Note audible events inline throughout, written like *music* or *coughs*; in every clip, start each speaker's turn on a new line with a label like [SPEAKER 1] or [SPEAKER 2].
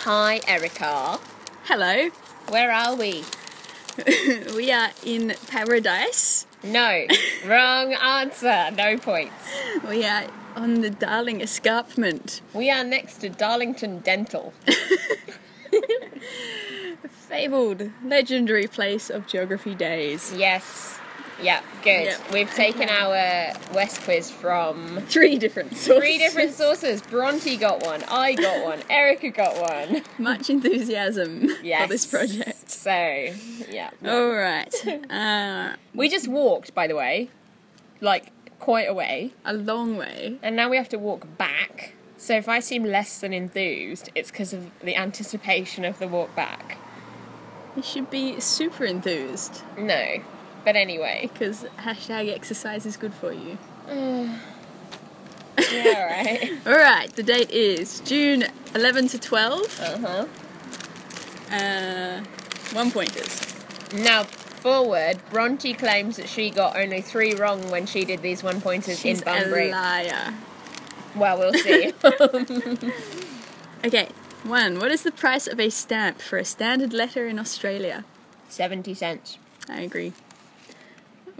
[SPEAKER 1] Hi, Erica.
[SPEAKER 2] Hello. *clears throat*
[SPEAKER 1] Where are we?
[SPEAKER 2] we are in paradise. *laughs*
[SPEAKER 1] No, wrong answer. No points.
[SPEAKER 2] We are on the Darling Escarpment.
[SPEAKER 1] We are next to Darlington Dental.
[SPEAKER 2] Fabled, legendary place of geography days.
[SPEAKER 1] Yes. Yep, good.
[SPEAKER 2] Yep.
[SPEAKER 1] We've taken our West quiz from
[SPEAKER 2] Three different sources.
[SPEAKER 1] three different sources. Bronte got one, I got one, Erica got one.
[SPEAKER 2] *laughs* Much enthusiasm *laughs*
[SPEAKER 1] Yes.
[SPEAKER 2] for this project.
[SPEAKER 1] So, yeah.
[SPEAKER 2] All right.
[SPEAKER 1] *laughs*
[SPEAKER 2] Uh,
[SPEAKER 1] We just walked, by the way, like quite a way.
[SPEAKER 2] a long way.
[SPEAKER 1] And now we have to walk back. So if I seem less than enthused, it's because of the anticipation of the walk back.
[SPEAKER 2] You should be super enthused
[SPEAKER 1] No. But anyway.
[SPEAKER 2] because hashtag exercise is good for you.
[SPEAKER 1] *laughs* Yeah, right.
[SPEAKER 2] All right. The date is June 11 to 12.
[SPEAKER 1] uh huh.
[SPEAKER 2] Uh, one pointers.
[SPEAKER 1] Now, forward, Bronte claims that she got only three wrong when she did these one pointers in
[SPEAKER 2] She's a
[SPEAKER 1] Bunbury.
[SPEAKER 2] liar.
[SPEAKER 1] Well, we'll *laughs* see.
[SPEAKER 2] Okay, one. What is the price of a stamp for a standard letter in Australia?
[SPEAKER 1] 70 cents.
[SPEAKER 2] I agree.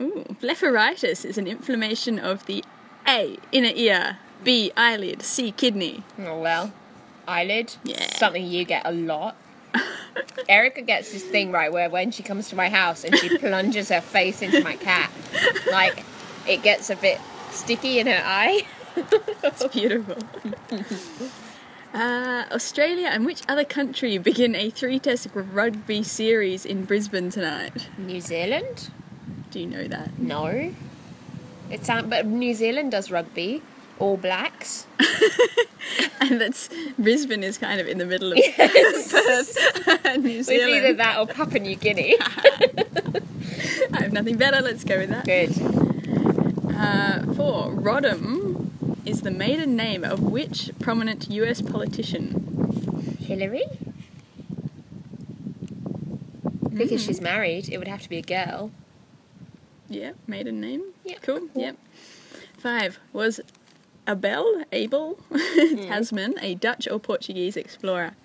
[SPEAKER 2] Ooh, blepharitis is an inflammation of the A, inner ear, B, eyelid, C, kidney.
[SPEAKER 1] Oh, well. Eyelid.
[SPEAKER 2] Yeah.
[SPEAKER 1] Something you get a *laughs* lot. Erica gets this thing right where when she comes to my house and *laughs* she plunges her face into my cat, like it gets a bit sticky in her eye.
[SPEAKER 2] It's beautiful. *laughs* uh, Australia and which other country begin a three test rugby series in Brisbane tonight?
[SPEAKER 1] New Zealand?
[SPEAKER 2] Do you know that? *laughs*
[SPEAKER 1] No. It's um, but New Zealand does rugby. All Blacks.
[SPEAKER 2] And that's Brisbane is kind of in the middle of *laughs* Perth, New
[SPEAKER 1] It's either
[SPEAKER 2] Zealand.
[SPEAKER 1] that or Papua New
[SPEAKER 2] *laughs*
[SPEAKER 1] Guinea.
[SPEAKER 2] I have nothing better. Let's go with that.
[SPEAKER 1] Good.
[SPEAKER 2] Uh, four. Rodham is the maiden name of which prominent US politician?
[SPEAKER 1] Hillary? Because
[SPEAKER 2] Hmm.
[SPEAKER 1] she's married, it would have to be a girl.
[SPEAKER 2] Yeah, maiden name.
[SPEAKER 1] Yeah,
[SPEAKER 2] Cool.
[SPEAKER 1] cool.
[SPEAKER 2] Yep. Five. Was Abel, Abel *laughs*
[SPEAKER 1] Hmm.
[SPEAKER 2] Tasman a Dutch or Portuguese explorer?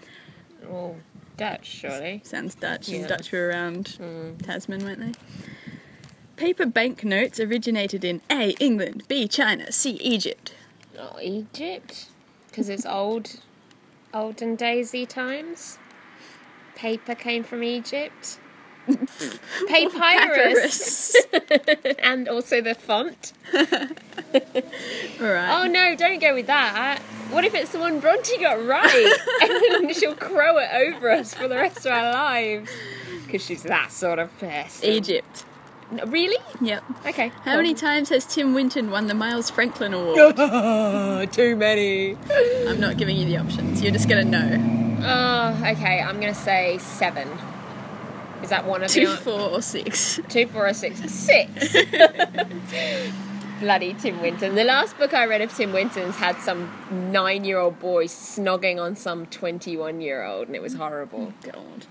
[SPEAKER 1] Oh, Dutch, surely. Hmm.
[SPEAKER 2] Sounds Dutch,
[SPEAKER 1] Yeah.
[SPEAKER 2] and Dutch were around Tasman, weren't they? Paper banknotes originated in A. England, B. China, C. Egypt.
[SPEAKER 1] Oh, Egypt? Because it's old, olden daisy times. Paper came from
[SPEAKER 2] *laughs*
[SPEAKER 1] Egypt. Papyrus. and also the font.
[SPEAKER 2] *laughs* All right.
[SPEAKER 1] Oh no, don't go with that. What if it's the one Bronte got
[SPEAKER 2] *laughs*
[SPEAKER 1] right? and then she'll crow it over us for the rest of our lives. Because she's that sort of person.
[SPEAKER 2] Egypt.
[SPEAKER 1] No, Really?
[SPEAKER 2] Yep.
[SPEAKER 1] Okay.
[SPEAKER 2] How many times has Tim Winton won the Miles Franklin Award?
[SPEAKER 1] times? *laughs* Too many.
[SPEAKER 2] I'm not giving you the options. You're just
[SPEAKER 1] *laughs*
[SPEAKER 2] gonna know.
[SPEAKER 1] Oh, okay. I'm gonna say seven. Is that one of
[SPEAKER 2] Two,
[SPEAKER 1] the
[SPEAKER 2] four, or six.
[SPEAKER 1] two, four, or six?
[SPEAKER 2] *laughs*
[SPEAKER 1] Six. Bloody Tim Winton. The last book I read of Tim Winton's had some nine-year-old boy snogging on some twenty-one-year-old, and it was horrible.
[SPEAKER 2] God.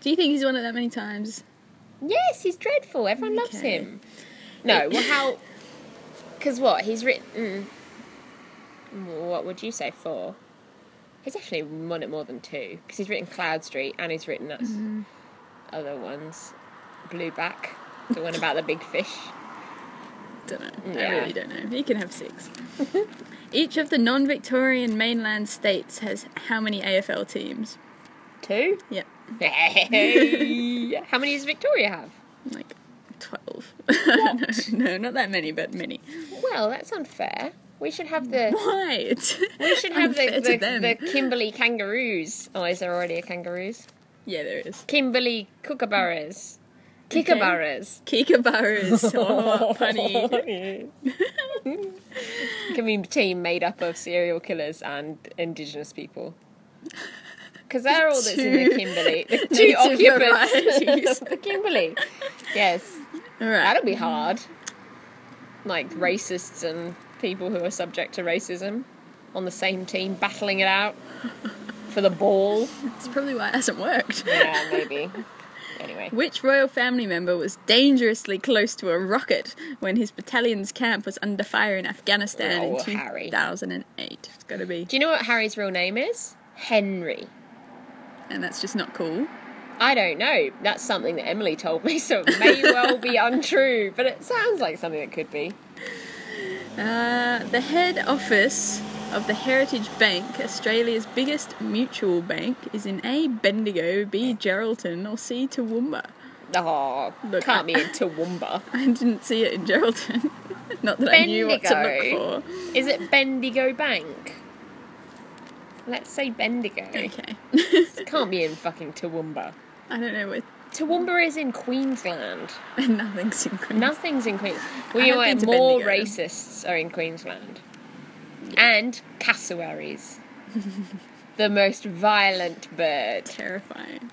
[SPEAKER 2] Do you think he's won it that many times?
[SPEAKER 1] Yes, he's dreadful. Everyone loves
[SPEAKER 2] Okay.
[SPEAKER 1] him. No,
[SPEAKER 2] *coughs*
[SPEAKER 1] well, how? Because what he's written. mm, What would you say four? He's actually won it more than two because he's written Cloud Street and he's written us
[SPEAKER 2] Mm-hmm.
[SPEAKER 1] other ones, Blueback, the one about the big fish.
[SPEAKER 2] Don't know.
[SPEAKER 1] Yeah.
[SPEAKER 2] I really don't know. He can have six. *laughs* Each of the non-Victorian mainland states has how many AFL teams? *laughs*
[SPEAKER 1] Two.
[SPEAKER 2] Yep,
[SPEAKER 1] Hey. how many does Victoria have?
[SPEAKER 2] like twelve. *laughs* no, no, not that many, but many.
[SPEAKER 1] Well, that's unfair. We should have the.
[SPEAKER 2] Why? *laughs* It's
[SPEAKER 1] We should have the,
[SPEAKER 2] unfair to them.
[SPEAKER 1] the, the Kimberley kangaroos. Oh, is there already a kangaroos?
[SPEAKER 2] Yeah, there is.
[SPEAKER 1] Kimberley
[SPEAKER 2] *laughs*
[SPEAKER 1] kookaburras. Kookaburras. *laughs*
[SPEAKER 2] Kookaburras. Oh, funny.
[SPEAKER 1] It can be a team made up of serial killers and indigenous people. Because they're all that's in the
[SPEAKER 2] Two-
[SPEAKER 1] Kimberley. The
[SPEAKER 2] *laughs* two
[SPEAKER 1] two occupants
[SPEAKER 2] varieties.
[SPEAKER 1] of *laughs* the Kimberley. Yes.
[SPEAKER 2] All right.
[SPEAKER 1] That'll be hard. Like racists and people who are subject to racism on the same team battling it out for the ball.
[SPEAKER 2] That's probably why it
[SPEAKER 1] *laughs*
[SPEAKER 2] hasn't worked.
[SPEAKER 1] Yeah, maybe. Anyway.
[SPEAKER 2] Which royal family member was dangerously close to a rocket when his battalion's camp was under fire in Afghanistan
[SPEAKER 1] Oh,
[SPEAKER 2] in
[SPEAKER 1] Harry.
[SPEAKER 2] 2008? It's gotta be.
[SPEAKER 1] Do you know what Harry's real name is? Henry.
[SPEAKER 2] and that's just not cool.
[SPEAKER 1] I don't know. That's something that Emily told me, *laughs* so it may well be untrue, but it sounds like something that could be.
[SPEAKER 2] Uh, the head office of the Heritage Bank, Australia's biggest mutual bank, is in A. Bendigo, B. Geraldton, or C. Toowoomba. *laughs*
[SPEAKER 1] Oh,
[SPEAKER 2] Look,
[SPEAKER 1] can't be
[SPEAKER 2] I-
[SPEAKER 1] in Toowoomba.
[SPEAKER 2] I didn't see it in Geraldton. *laughs* not that I knew what to
[SPEAKER 1] Bendigo.
[SPEAKER 2] look for.
[SPEAKER 1] Is it Bendigo Bank? Let's say Bendigo.
[SPEAKER 2] Okay. *laughs*
[SPEAKER 1] It can't be in fucking Toowoomba.
[SPEAKER 2] I don't know what.
[SPEAKER 1] Toowoomba is in Queensland.
[SPEAKER 2] *laughs* Nothing's in Queens.
[SPEAKER 1] Nothing's in Queensland. We
[SPEAKER 2] have
[SPEAKER 1] are
[SPEAKER 2] been to
[SPEAKER 1] more
[SPEAKER 2] Bendigo.
[SPEAKER 1] racists are in Queensland. And
[SPEAKER 2] *laughs*
[SPEAKER 1] cassowaries. the most violent bird.
[SPEAKER 2] Terrifying.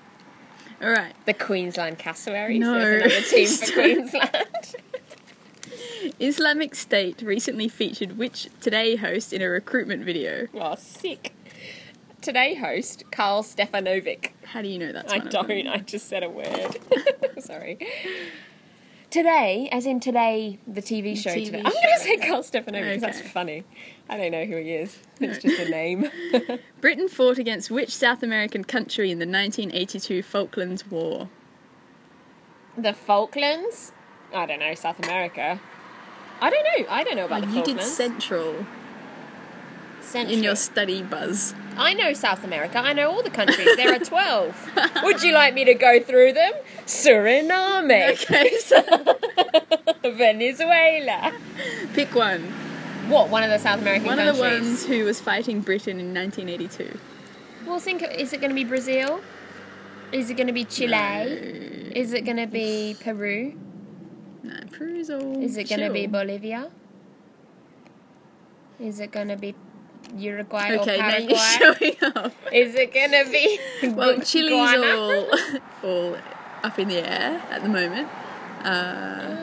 [SPEAKER 2] All right.
[SPEAKER 1] The Queensland cassowaries.
[SPEAKER 2] No.
[SPEAKER 1] There's another team for
[SPEAKER 2] *laughs* Sorry.
[SPEAKER 1] Queensland. *laughs*
[SPEAKER 2] Islamic State recently featured which Today host in a recruitment video?
[SPEAKER 1] oh, sick. Today host, Carl Stefanovic.
[SPEAKER 2] How do you know that's
[SPEAKER 1] I
[SPEAKER 2] one of them?
[SPEAKER 1] don't. I just said a word. *laughs* Sorry. Today, as in today, the TV show
[SPEAKER 2] TV
[SPEAKER 1] today. I'm
[SPEAKER 2] show.
[SPEAKER 1] going to say Carl Stefanovic because that's
[SPEAKER 2] Okay.
[SPEAKER 1] funny. I don't know who he is. It's just a name. *laughs*
[SPEAKER 2] Britain fought against which South American country in the 1982 Falklands War?
[SPEAKER 1] the Falklands? I don't know. South America. I don't know. I don't know about the
[SPEAKER 2] you did
[SPEAKER 1] Falklands.
[SPEAKER 2] Central
[SPEAKER 1] Central.
[SPEAKER 2] in your study buzz.
[SPEAKER 1] I know South America. I know all the countries. There are 12. Would you like me to go through them? Suriname,
[SPEAKER 2] Okay,
[SPEAKER 1] *laughs*
[SPEAKER 2] so
[SPEAKER 1] Venezuela.
[SPEAKER 2] pick one.
[SPEAKER 1] What, one of the South American
[SPEAKER 2] One of
[SPEAKER 1] countries?
[SPEAKER 2] the ones who was fighting Britain in 1982.
[SPEAKER 1] Well, think is it going to be Brazil? Is it going to be Chile? Is it going to be Peru?
[SPEAKER 2] No, Peru's all.
[SPEAKER 1] Is it going to be
[SPEAKER 2] chill.
[SPEAKER 1] Bolivia? Is it going to be Uruguay
[SPEAKER 2] Okay,
[SPEAKER 1] or
[SPEAKER 2] now you're
[SPEAKER 1] Paraguay?
[SPEAKER 2] *laughs* showing up.
[SPEAKER 1] Is it going to be
[SPEAKER 2] *laughs* Well,
[SPEAKER 1] Gu-
[SPEAKER 2] Chile's
[SPEAKER 1] Guana?
[SPEAKER 2] all, *laughs* all up in the air at the moment. Uh,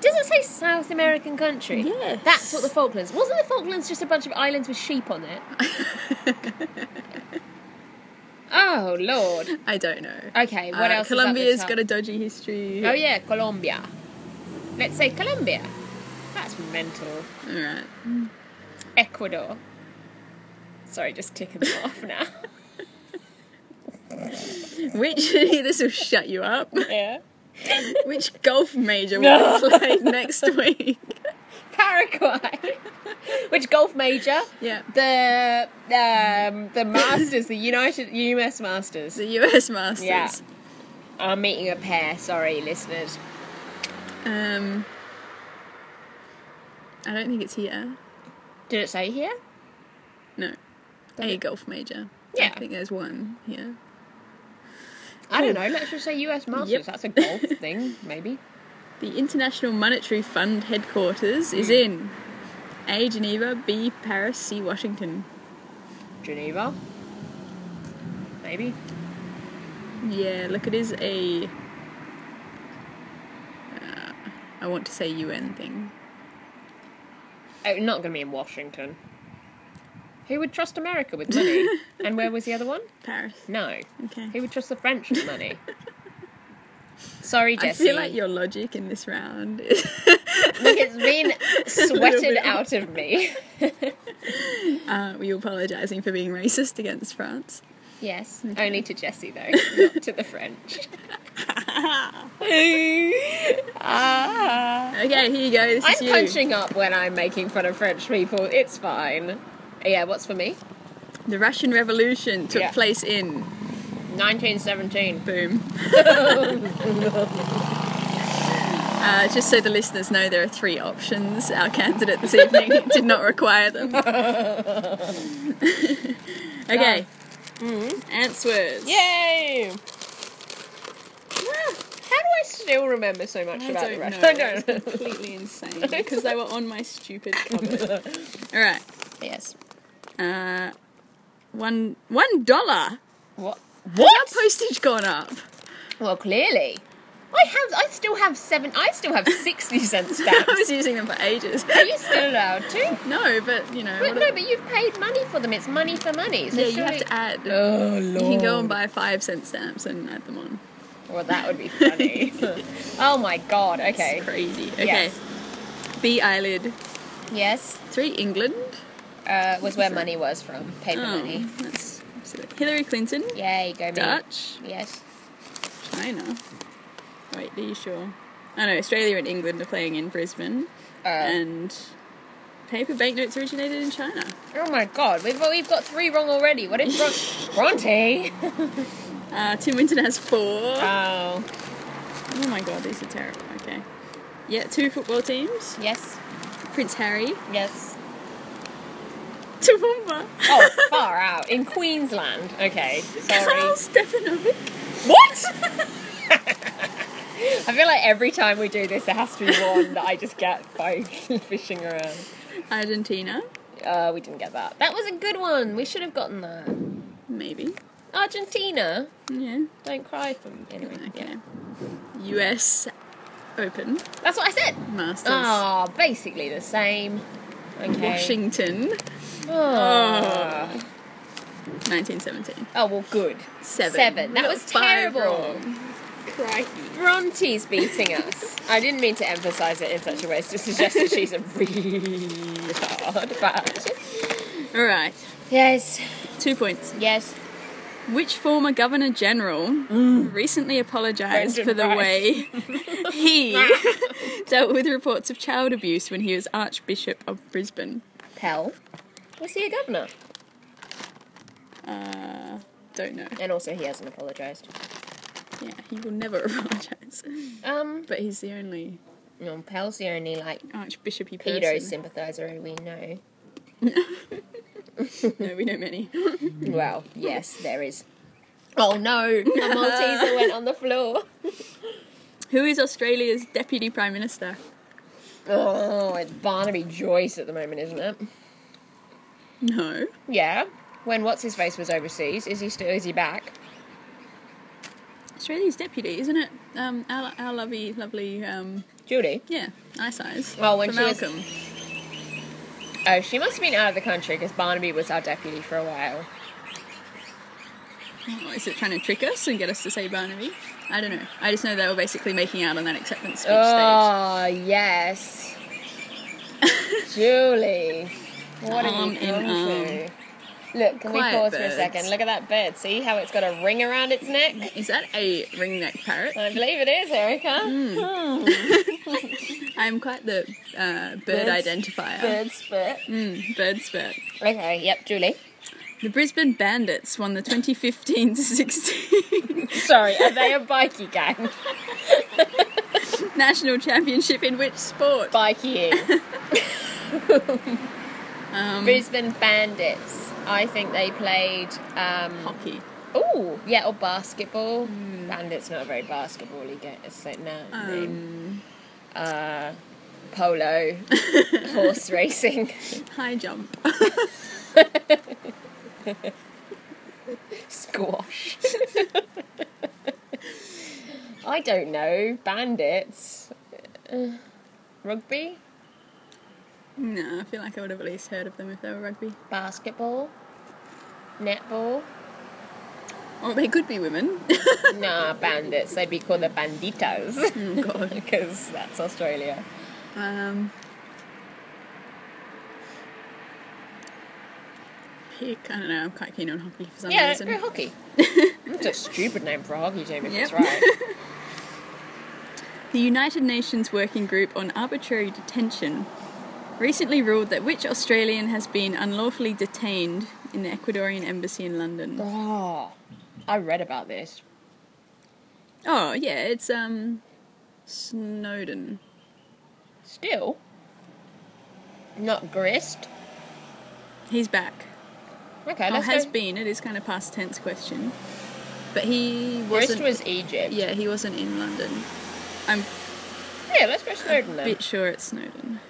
[SPEAKER 1] Does it say South American country?
[SPEAKER 2] Yes.
[SPEAKER 1] That's what the Falklands. Wasn't the Falklands just a bunch of islands with sheep on it?
[SPEAKER 2] Uh, *laughs*
[SPEAKER 1] oh lord.
[SPEAKER 2] I don't know.
[SPEAKER 1] Okay, what
[SPEAKER 2] Uh,
[SPEAKER 1] else? is
[SPEAKER 2] Colombia's
[SPEAKER 1] up the top?
[SPEAKER 2] got a dodgy history.
[SPEAKER 1] Oh yeah, Colombia. Let's say Colombia. That's mental.
[SPEAKER 2] All right.
[SPEAKER 1] Ecuador. Sorry, just ticking them off now.
[SPEAKER 2] Which *laughs* this will shut
[SPEAKER 1] *laughs*
[SPEAKER 2] you up.
[SPEAKER 1] Yeah.
[SPEAKER 2] Which golf major
[SPEAKER 1] No.
[SPEAKER 2] will we play *laughs* next week?
[SPEAKER 1] Paraguay. Which golf major?
[SPEAKER 2] Yeah.
[SPEAKER 1] The um, the Masters, the United US
[SPEAKER 2] *laughs*
[SPEAKER 1] Masters.
[SPEAKER 2] The US Masters.
[SPEAKER 1] Yeah. I'm meeting a pair. Sorry, listeners.
[SPEAKER 2] Um, I don't think it's here.
[SPEAKER 1] Did it say here?
[SPEAKER 2] No. A golf major.
[SPEAKER 1] Yeah.
[SPEAKER 2] I think there's one here.
[SPEAKER 1] I don't know. Let's just say US Masters.
[SPEAKER 2] Yep.
[SPEAKER 1] That's a golf *laughs* thing, maybe.
[SPEAKER 2] The International Monetary Fund headquarters is in A. Geneva, B. Paris, C. Washington.
[SPEAKER 1] Geneva. Maybe.
[SPEAKER 2] Yeah, look, it is a. Uh, I want to say UN thing.
[SPEAKER 1] Oh, not going to be in Washington. Who would trust America with
[SPEAKER 2] *laughs*
[SPEAKER 1] money? and where was the other one?
[SPEAKER 2] Paris.
[SPEAKER 1] No.
[SPEAKER 2] Okay.
[SPEAKER 1] Who would trust the French with money? Sorry,
[SPEAKER 2] I
[SPEAKER 1] Jesse.
[SPEAKER 2] feel like your logic in this round is *laughs*
[SPEAKER 1] Look, it's been sweated
[SPEAKER 2] bit
[SPEAKER 1] out
[SPEAKER 2] off.
[SPEAKER 1] of me.
[SPEAKER 2] uh, you apologising for being racist against France.
[SPEAKER 1] Yes, only to Jesse though, not to the
[SPEAKER 2] *laughs*
[SPEAKER 1] French. *laughs* Ah.
[SPEAKER 2] Okay, here you go. This is
[SPEAKER 1] I'm
[SPEAKER 2] you.
[SPEAKER 1] punching up when I'm making fun of French people. It's fine. Yeah, what's for me?
[SPEAKER 2] The Russian Revolution took
[SPEAKER 1] Yeah.
[SPEAKER 2] place in
[SPEAKER 1] 1917.
[SPEAKER 2] *laughs* boom. Uh, just so the listeners know, there are three options. Our candidate this evening did not require *laughs* them. okay. Ants Mm-hmm. words.
[SPEAKER 1] Yay! Ah, How do I still remember so much
[SPEAKER 2] I
[SPEAKER 1] about
[SPEAKER 2] don't
[SPEAKER 1] the Russian? *laughs*
[SPEAKER 2] know.
[SPEAKER 1] I
[SPEAKER 2] It's
[SPEAKER 1] don't
[SPEAKER 2] *laughs*
[SPEAKER 1] know.
[SPEAKER 2] completely insane because they were on my stupid cover. *laughs* All right.
[SPEAKER 1] Yes.
[SPEAKER 2] Uh, one one dollar.
[SPEAKER 1] What?
[SPEAKER 2] What? Has our postage gone up? *laughs*
[SPEAKER 1] Well, clearly, I have. I still have seven. I still have sixty cent
[SPEAKER 2] I *laughs*
[SPEAKER 1] stamps.
[SPEAKER 2] was using them for ages.
[SPEAKER 1] Are you still allowed to?
[SPEAKER 2] No, but you know.
[SPEAKER 1] But
[SPEAKER 2] what
[SPEAKER 1] no,
[SPEAKER 2] a-
[SPEAKER 1] but you've paid money for them. It's money for money. So
[SPEAKER 2] yeah, you have
[SPEAKER 1] surely-
[SPEAKER 2] to add.
[SPEAKER 1] Oh lord.
[SPEAKER 2] You can go and buy five cent stamps and add them on.
[SPEAKER 1] Well, that would be funny.
[SPEAKER 2] *laughs*
[SPEAKER 1] oh my god. Okay.
[SPEAKER 2] It's crazy. Okay.
[SPEAKER 1] Yes.
[SPEAKER 2] B eyelid.
[SPEAKER 1] Yes.
[SPEAKER 2] Three England. Hmm. Oh,
[SPEAKER 1] Uh, was where money was from. Paper money.
[SPEAKER 2] That's that. Hillary Clinton,
[SPEAKER 1] Yay, go me.
[SPEAKER 2] Dutch,
[SPEAKER 1] Yes.
[SPEAKER 2] China. Wait, are you sure? I know Australia and England are playing in Brisbane,
[SPEAKER 1] Uh,
[SPEAKER 2] and paper banknotes originated in China.
[SPEAKER 1] oh my god, we've we've got three wrong already. What if Bron-
[SPEAKER 2] *laughs*
[SPEAKER 1] Bronte?
[SPEAKER 2] Uh, Tim Winton has four.
[SPEAKER 1] oh.
[SPEAKER 2] Oh my god, these are terrible. Okay. Yeah, two football teams.
[SPEAKER 1] Yes.
[SPEAKER 2] Prince Harry. *laughs*
[SPEAKER 1] Yes.
[SPEAKER 2] Toowoomba.
[SPEAKER 1] Oh, far out. In Queensland. Okay.
[SPEAKER 2] Carl *laughs*
[SPEAKER 1] Sorry.
[SPEAKER 2] Stefanovic. *laughs*
[SPEAKER 1] what? I feel like every time we do this, there has to be one that I just get by *laughs* fishing around.
[SPEAKER 2] Argentina.
[SPEAKER 1] Uh, we didn't get that. That was a good one. We should have gotten that.
[SPEAKER 2] Maybe.
[SPEAKER 1] Argentina.
[SPEAKER 2] Yeah.
[SPEAKER 1] Don't cry for me. Anyway,
[SPEAKER 2] Okay.
[SPEAKER 1] yeah.
[SPEAKER 2] US Open
[SPEAKER 1] That's what I said.
[SPEAKER 2] Masters.
[SPEAKER 1] Ah, basically the same. Okay.
[SPEAKER 2] Washington.
[SPEAKER 1] Oh.
[SPEAKER 2] Oh. 1917.
[SPEAKER 1] Oh, well, good.
[SPEAKER 2] Seven.
[SPEAKER 1] Seven.
[SPEAKER 2] We
[SPEAKER 1] That
[SPEAKER 2] got
[SPEAKER 1] was
[SPEAKER 2] five
[SPEAKER 1] terrible.
[SPEAKER 2] wrong. Crikey.
[SPEAKER 1] Bronte's beating us. I didn't mean to emphasise it in such a way as to suggest that she's a retard, but.
[SPEAKER 2] All right.
[SPEAKER 1] Yes,
[SPEAKER 2] Two points.
[SPEAKER 1] yes.
[SPEAKER 2] Which former Governor General recently apologised
[SPEAKER 1] Brendan
[SPEAKER 2] for the
[SPEAKER 1] Rice. *laughs*
[SPEAKER 2] way he dealt with reports of child abuse when he was Archbishop of Brisbane?
[SPEAKER 1] Pell. Was he a governor?
[SPEAKER 2] Uh, don't know.
[SPEAKER 1] And also, he hasn't apologised.
[SPEAKER 2] Yeah, he will never *laughs* apologise.
[SPEAKER 1] Um,
[SPEAKER 2] But he's the only
[SPEAKER 1] no, Pell's the only, like,
[SPEAKER 2] archbishopy person.
[SPEAKER 1] pedo sympathiser we know.
[SPEAKER 2] No, we know many.
[SPEAKER 1] Well, yes, there is. Oh no, the Malteser went on the floor.
[SPEAKER 2] Who is Australia's deputy prime minister?
[SPEAKER 1] Oh, it's Barnaby Joyce at the moment, isn't it?
[SPEAKER 2] No.
[SPEAKER 1] Yeah. When what's his face was overseas, is he still is he back?
[SPEAKER 2] Australia's deputy, isn't it? Um, our, our lovely, lovely, um,
[SPEAKER 1] Judy.
[SPEAKER 2] yeah, ice eyes.
[SPEAKER 1] Oh, when
[SPEAKER 2] For
[SPEAKER 1] she was-
[SPEAKER 2] Malcolm.
[SPEAKER 1] Oh, she must have been out of the country because Barnaby was our deputy for a while.
[SPEAKER 2] Oh, is it trying to trick us and get us to say Barnaby? I don't know. I just know they were basically making out on that acceptance speech
[SPEAKER 1] Oh *laughs* yes, Julie. What have
[SPEAKER 2] Arm
[SPEAKER 1] you
[SPEAKER 2] in
[SPEAKER 1] gone to? Look, can we
[SPEAKER 2] Quiet
[SPEAKER 1] pause for a
[SPEAKER 2] birds.
[SPEAKER 1] second? Look at that bird. See how it's got a ring around its neck?
[SPEAKER 2] stage. Is that a ringneck parrot?
[SPEAKER 1] I believe it is, Erica. Hmm.
[SPEAKER 2] I'm quite the uh, bird
[SPEAKER 1] Bird-
[SPEAKER 2] identifier.
[SPEAKER 1] Bird spit.
[SPEAKER 2] Mm, bird spurt.
[SPEAKER 1] Okay, yep, Julie.
[SPEAKER 2] The Brisbane Bandits won the 2015-16
[SPEAKER 1] *laughs* Sorry, are *laughs* they a bikey gang?
[SPEAKER 2] *laughs* National Championship in which sport?
[SPEAKER 1] Bikeying.
[SPEAKER 2] Um,
[SPEAKER 1] Brisbane Bandits. I think they played. Um,
[SPEAKER 2] hockey.
[SPEAKER 1] oh, yeah, or basketball.
[SPEAKER 2] Hmm.
[SPEAKER 1] Bandits not a very basketball-y game. So, no, name.
[SPEAKER 2] Um,
[SPEAKER 1] Uh,
[SPEAKER 2] *laughs*
[SPEAKER 1] polo, horse racing, *laughs*
[SPEAKER 2] high jump.
[SPEAKER 1] squash. *laughs* I don't know. Bandits. Uh, rugby,
[SPEAKER 2] no, I feel like I would have at least heard of them if they were rugby.
[SPEAKER 1] basketball, netball.
[SPEAKER 2] Or they could be women. *laughs*
[SPEAKER 1] Nah, bandits. They'd be called the banditas
[SPEAKER 2] oh
[SPEAKER 1] *laughs*
[SPEAKER 2] god.
[SPEAKER 1] because that's Australia.
[SPEAKER 2] Um, pick. I don't know. I'm quite keen on hockey for some
[SPEAKER 1] Yeah,
[SPEAKER 2] reason.
[SPEAKER 1] go
[SPEAKER 2] *laughs*
[SPEAKER 1] hockey. That's a stupid name for a hockey team if
[SPEAKER 2] Yep.
[SPEAKER 1] it's right.
[SPEAKER 2] *laughs* The United Nations Working Group on Arbitrary Detention recently ruled that which Australian has been unlawfully detained in the Ecuadorian embassy in London?
[SPEAKER 1] oh, I read about this.
[SPEAKER 2] Oh yeah, it's um Snowden.
[SPEAKER 1] Still, not grist.
[SPEAKER 2] He's back.
[SPEAKER 1] Okay,
[SPEAKER 2] Oh,
[SPEAKER 1] let's
[SPEAKER 2] has
[SPEAKER 1] go.
[SPEAKER 2] been. It is kind of past tense question. But he
[SPEAKER 1] Grist
[SPEAKER 2] wasn't.
[SPEAKER 1] was Egypt.
[SPEAKER 2] yeah, he wasn't in London. I'm
[SPEAKER 1] Yeah, let's go Snowden then.
[SPEAKER 2] bit sure it's Snowden.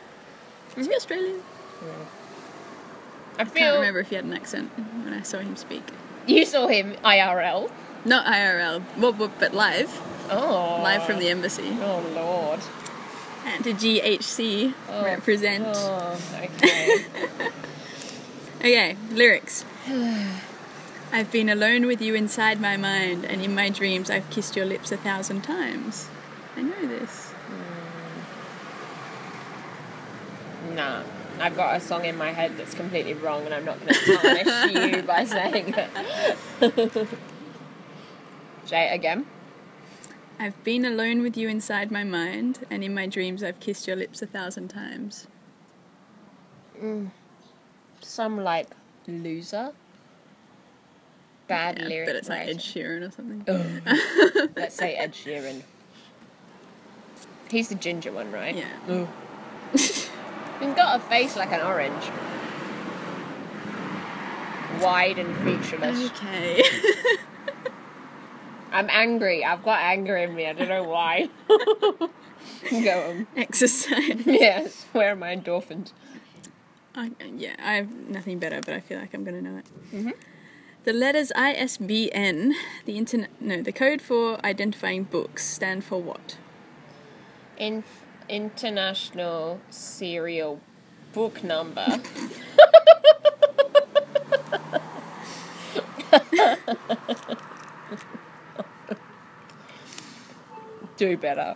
[SPEAKER 2] Is he Australian?
[SPEAKER 1] I
[SPEAKER 2] I can't
[SPEAKER 1] feel
[SPEAKER 2] remember if he had an accent when I saw him speak.
[SPEAKER 1] you saw him IRL.
[SPEAKER 2] Not IRL, well, but, but live,
[SPEAKER 1] Oh,
[SPEAKER 2] live from the embassy.
[SPEAKER 1] Oh lord.
[SPEAKER 2] And to GHC
[SPEAKER 1] Oh.
[SPEAKER 2] represent.
[SPEAKER 1] Oh,
[SPEAKER 2] *laughs*
[SPEAKER 1] okay.
[SPEAKER 2] Okay,
[SPEAKER 1] *sighs*
[SPEAKER 2] lyrics. I've been alone with you inside my mind, and in my dreams I've kissed your lips a thousand times. I know this.
[SPEAKER 1] nah. I've got a song in my head that's completely wrong, and I'm not going to tarnish you by saying *laughs* it. Jay, again.
[SPEAKER 2] I've been alone with you inside my mind, and in my dreams I've kissed your lips a thousand times.
[SPEAKER 1] Some like loser. Bad
[SPEAKER 2] Yeah,
[SPEAKER 1] lyric.
[SPEAKER 2] but it's like Ed
[SPEAKER 1] writing.
[SPEAKER 2] Sheeran or something.
[SPEAKER 1] Let's say Ed Sheeran. He's the ginger one, right?
[SPEAKER 2] Yeah. *laughs*
[SPEAKER 1] Ooh. He's got a face like an orange. Wide and featureless.
[SPEAKER 2] Okay. *laughs*
[SPEAKER 1] I'm angry. I've got anger in me. I don't know why. *laughs* Go on. *laughs*
[SPEAKER 2] Exercise.
[SPEAKER 1] Yes. Where are my endorphins?
[SPEAKER 2] I, yeah, I have nothing better, but I feel like I'm gonna know it.
[SPEAKER 1] Mm-hmm.
[SPEAKER 2] The letters ISBN, the internet, no, the code for identifying books, stand for what?
[SPEAKER 1] In- international serial book number. Do better.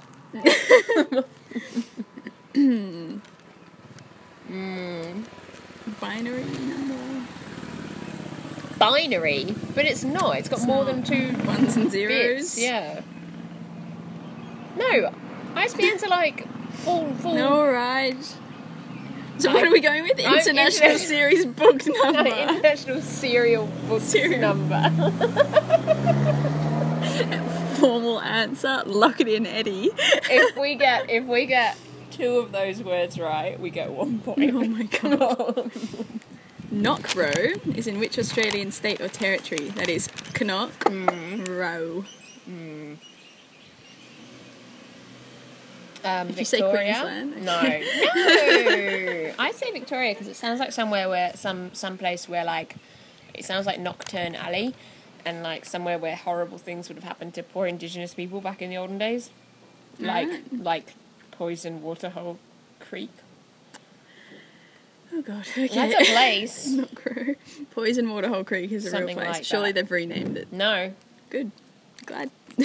[SPEAKER 2] Binary number.
[SPEAKER 1] Binary, but it's not. It's got more than two
[SPEAKER 2] Ones and zeros.
[SPEAKER 1] bits. Yeah. No, ISBNs are like full, full.
[SPEAKER 2] All right. So what are we going with?
[SPEAKER 1] I'm
[SPEAKER 2] International
[SPEAKER 1] internet-
[SPEAKER 2] series
[SPEAKER 1] *laughs*
[SPEAKER 2] book
[SPEAKER 1] No,
[SPEAKER 2] number.
[SPEAKER 1] *laughs* international serial book
[SPEAKER 2] Serial.
[SPEAKER 1] number.
[SPEAKER 2] Formal answer. Lockett and Eddie.
[SPEAKER 1] if we get if we get two of those words right, we get one point.
[SPEAKER 2] oh my god. Knock Row is in which Australian state or territory? That is Knock Row.
[SPEAKER 1] Um,
[SPEAKER 2] you say
[SPEAKER 1] Victoria?
[SPEAKER 2] Queensland? *laughs*
[SPEAKER 1] No, no. I say Victoria because it sounds like somewhere where some some place where like it sounds like Nocturne Alley, and like somewhere where horrible things would have happened to poor Indigenous people back in the olden days,
[SPEAKER 2] Mm.
[SPEAKER 1] like like poison waterhole creek.
[SPEAKER 2] Oh god. Okay.
[SPEAKER 1] That's a place.
[SPEAKER 2] *laughs* Knock Row. Poison Waterhole Creek is a
[SPEAKER 1] Something
[SPEAKER 2] real place.
[SPEAKER 1] like
[SPEAKER 2] Surely
[SPEAKER 1] that.
[SPEAKER 2] they've renamed it.
[SPEAKER 1] *laughs* No,
[SPEAKER 2] Good. Glad. *laughs*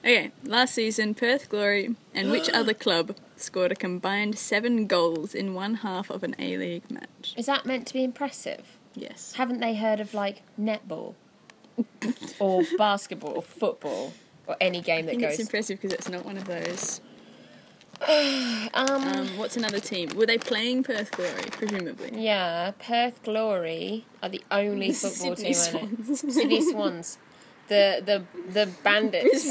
[SPEAKER 2] okay, last season, Perth Glory
[SPEAKER 1] *gasps*
[SPEAKER 2] and which other club scored a combined seven goals in one half of an A League match?
[SPEAKER 1] is that meant to be impressive?
[SPEAKER 2] Yes.
[SPEAKER 1] Haven't they heard of like
[SPEAKER 2] *laughs*
[SPEAKER 1] netball or basketball or football or any game
[SPEAKER 2] I
[SPEAKER 1] that
[SPEAKER 2] think it's
[SPEAKER 1] goes?
[SPEAKER 2] impressive because it's not one of those.
[SPEAKER 1] um,
[SPEAKER 2] Um, what's another team? Were they playing Perth Glory? Presumably.
[SPEAKER 1] yeah, Perth Glory are the
[SPEAKER 2] *laughs*
[SPEAKER 1] only football
[SPEAKER 2] Sydney
[SPEAKER 1] team. on
[SPEAKER 2] Swans.
[SPEAKER 1] it. Sydney
[SPEAKER 2] *laughs*
[SPEAKER 1] Swans, the the the bandits.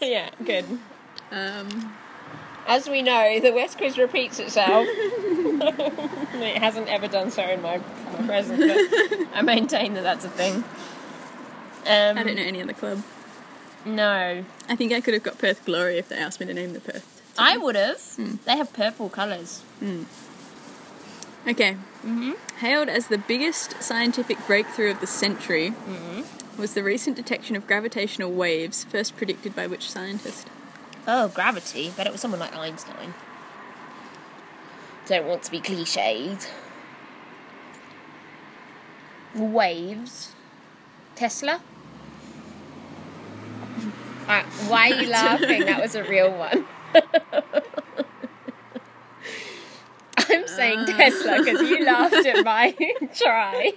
[SPEAKER 1] *laughs* yeah, good.
[SPEAKER 2] Um,
[SPEAKER 1] As we know, the West Quiz repeats itself. *laughs* it hasn't ever done so in my, my present, but I maintain that that's a thing. Um,
[SPEAKER 2] I don't know any other club.
[SPEAKER 1] No,
[SPEAKER 2] I think I could have got Perth Glory if they asked me to name the Perth.
[SPEAKER 1] I would have.
[SPEAKER 2] Hmm.
[SPEAKER 1] They have purple colours.
[SPEAKER 2] Okay.
[SPEAKER 1] Mm-hmm.
[SPEAKER 2] Hailed as the biggest scientific breakthrough of the century
[SPEAKER 1] Mm-hmm.
[SPEAKER 2] was the recent detection of gravitational waves, first predicted by which scientist?
[SPEAKER 1] Oh, gravity. But it was someone like Einstein. Don't want to be cliched. Waves. Tesla? *laughs* Uh, why *laughs* are you laughing? That was a real one. *laughs* I'm saying Tesla because you laughed at *laughs* my try.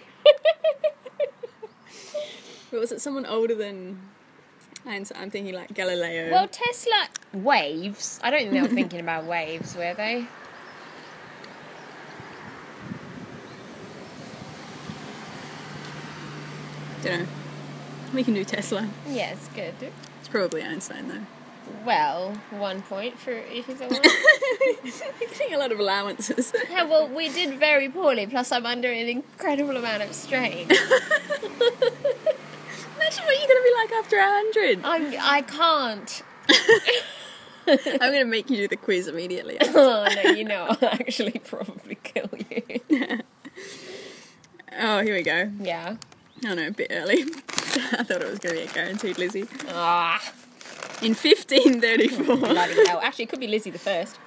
[SPEAKER 2] Or was it someone older than Einstein? I'm thinking like Galileo.
[SPEAKER 1] Well, Tesla waves. I don't think they were thinking about waves, were they?
[SPEAKER 2] Don't know. We can do Tesla.
[SPEAKER 1] Yes, good.
[SPEAKER 2] It's probably Einstein though.
[SPEAKER 1] Well, one point for either one.
[SPEAKER 2] You're *laughs* getting a lot of allowances.
[SPEAKER 1] *laughs* yeah, well, we did very poorly. Plus, I'm under an incredible amount of strain.
[SPEAKER 2] Imagine what you're gonna be like after a hundred.
[SPEAKER 1] I'm. I can't. *coughs*
[SPEAKER 2] I'm gonna make you do the quiz immediately.
[SPEAKER 1] Oh no, you know, I'll actually probably kill you. *laughs*
[SPEAKER 2] Oh, here we go.
[SPEAKER 1] Yeah.
[SPEAKER 2] Oh no, a bit early. *laughs* I thought it was gonna be a guaranteed Lizzie.
[SPEAKER 1] Ah,
[SPEAKER 2] In 1534,
[SPEAKER 1] bloody hell. Actually, it could be Lizzie the first.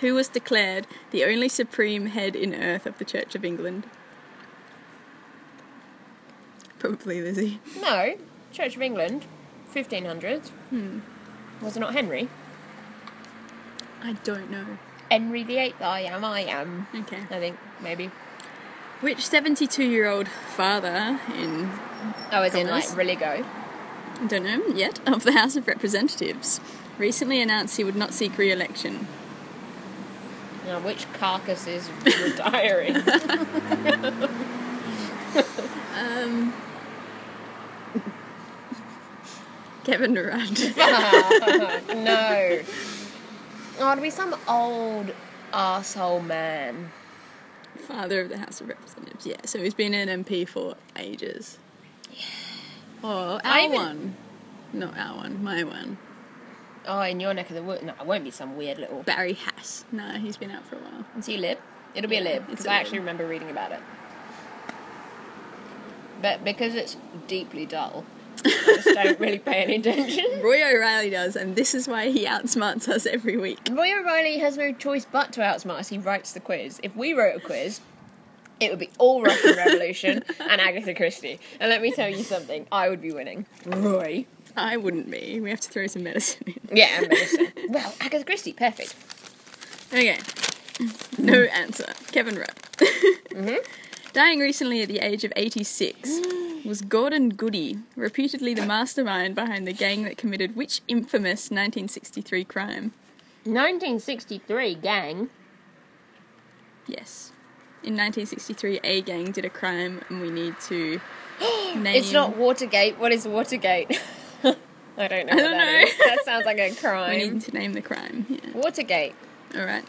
[SPEAKER 2] who was declared the only supreme head in earth of the Church of England? Probably Lizzie.
[SPEAKER 1] No, Church of England, 1500s. Hmm. Was it not Henry?
[SPEAKER 2] I don't know.
[SPEAKER 1] Henry VIII. I am. I am.
[SPEAKER 2] Okay.
[SPEAKER 1] I think maybe.
[SPEAKER 2] Which 72 year old father in,
[SPEAKER 1] Oh, as in like
[SPEAKER 2] Promise.
[SPEAKER 1] Religo.
[SPEAKER 2] I don't know yet, *laughs* of the House of Representatives recently announced he would not seek re election?
[SPEAKER 1] Now, which carcass is *laughs* retiring?
[SPEAKER 2] Um, Kevin Rudd.
[SPEAKER 1] no. Oh, it'd be some old asshole man.
[SPEAKER 2] *laughs* father of the House of Representatives, yeah. So he's been an MP for ages. Yeah. Oh, our
[SPEAKER 1] I even-
[SPEAKER 2] one. Not our one, my one.
[SPEAKER 1] Oh, in your neck of the wood. No, it won't be some weird little.
[SPEAKER 2] Barry Hass. No, he's been out for a while.
[SPEAKER 1] Is he a lib? It'll be a
[SPEAKER 2] Yeah,
[SPEAKER 1] lib because
[SPEAKER 2] it's a
[SPEAKER 1] I
[SPEAKER 2] lib.
[SPEAKER 1] actually remember reading about it. But because it's deeply dull, I just don't really pay any attention.
[SPEAKER 2] Roy O'Reilly does, and this is why he outsmarts us every week.
[SPEAKER 1] *laughs* Roy O'Reilly has no choice but to outsmart us. He writes the quiz. If we wrote a quiz, it would be all *laughs* Russian Revolution and Agatha Christie. And let me tell you something, I would be winning. Roy.
[SPEAKER 2] I wouldn't be. We have to throw some medicine in.
[SPEAKER 1] Yeah, and medicine. *laughs* well, Agatha Christie, perfect.
[SPEAKER 2] Okay.
[SPEAKER 1] Mm-hmm.
[SPEAKER 2] No answer. Kevin Rudd. Dying recently at the age of
[SPEAKER 1] *gasps*
[SPEAKER 2] 86 was Gordon Goody, reputedly the mastermind behind the gang that committed which infamous 1963 crime?
[SPEAKER 1] 1963, gang.
[SPEAKER 2] Yes. In 1963, a gang did a crime, and we need to
[SPEAKER 1] *gasps*
[SPEAKER 2] name.
[SPEAKER 1] It's not Watergate. What is Watergate? *laughs* I don't know.
[SPEAKER 2] I
[SPEAKER 1] what
[SPEAKER 2] don't
[SPEAKER 1] that
[SPEAKER 2] know.
[SPEAKER 1] is. That sounds
[SPEAKER 2] *laughs*
[SPEAKER 1] like a
[SPEAKER 2] We need
[SPEAKER 1] crime.
[SPEAKER 2] to name the crime. Yeah.
[SPEAKER 1] Watergate.
[SPEAKER 2] All right.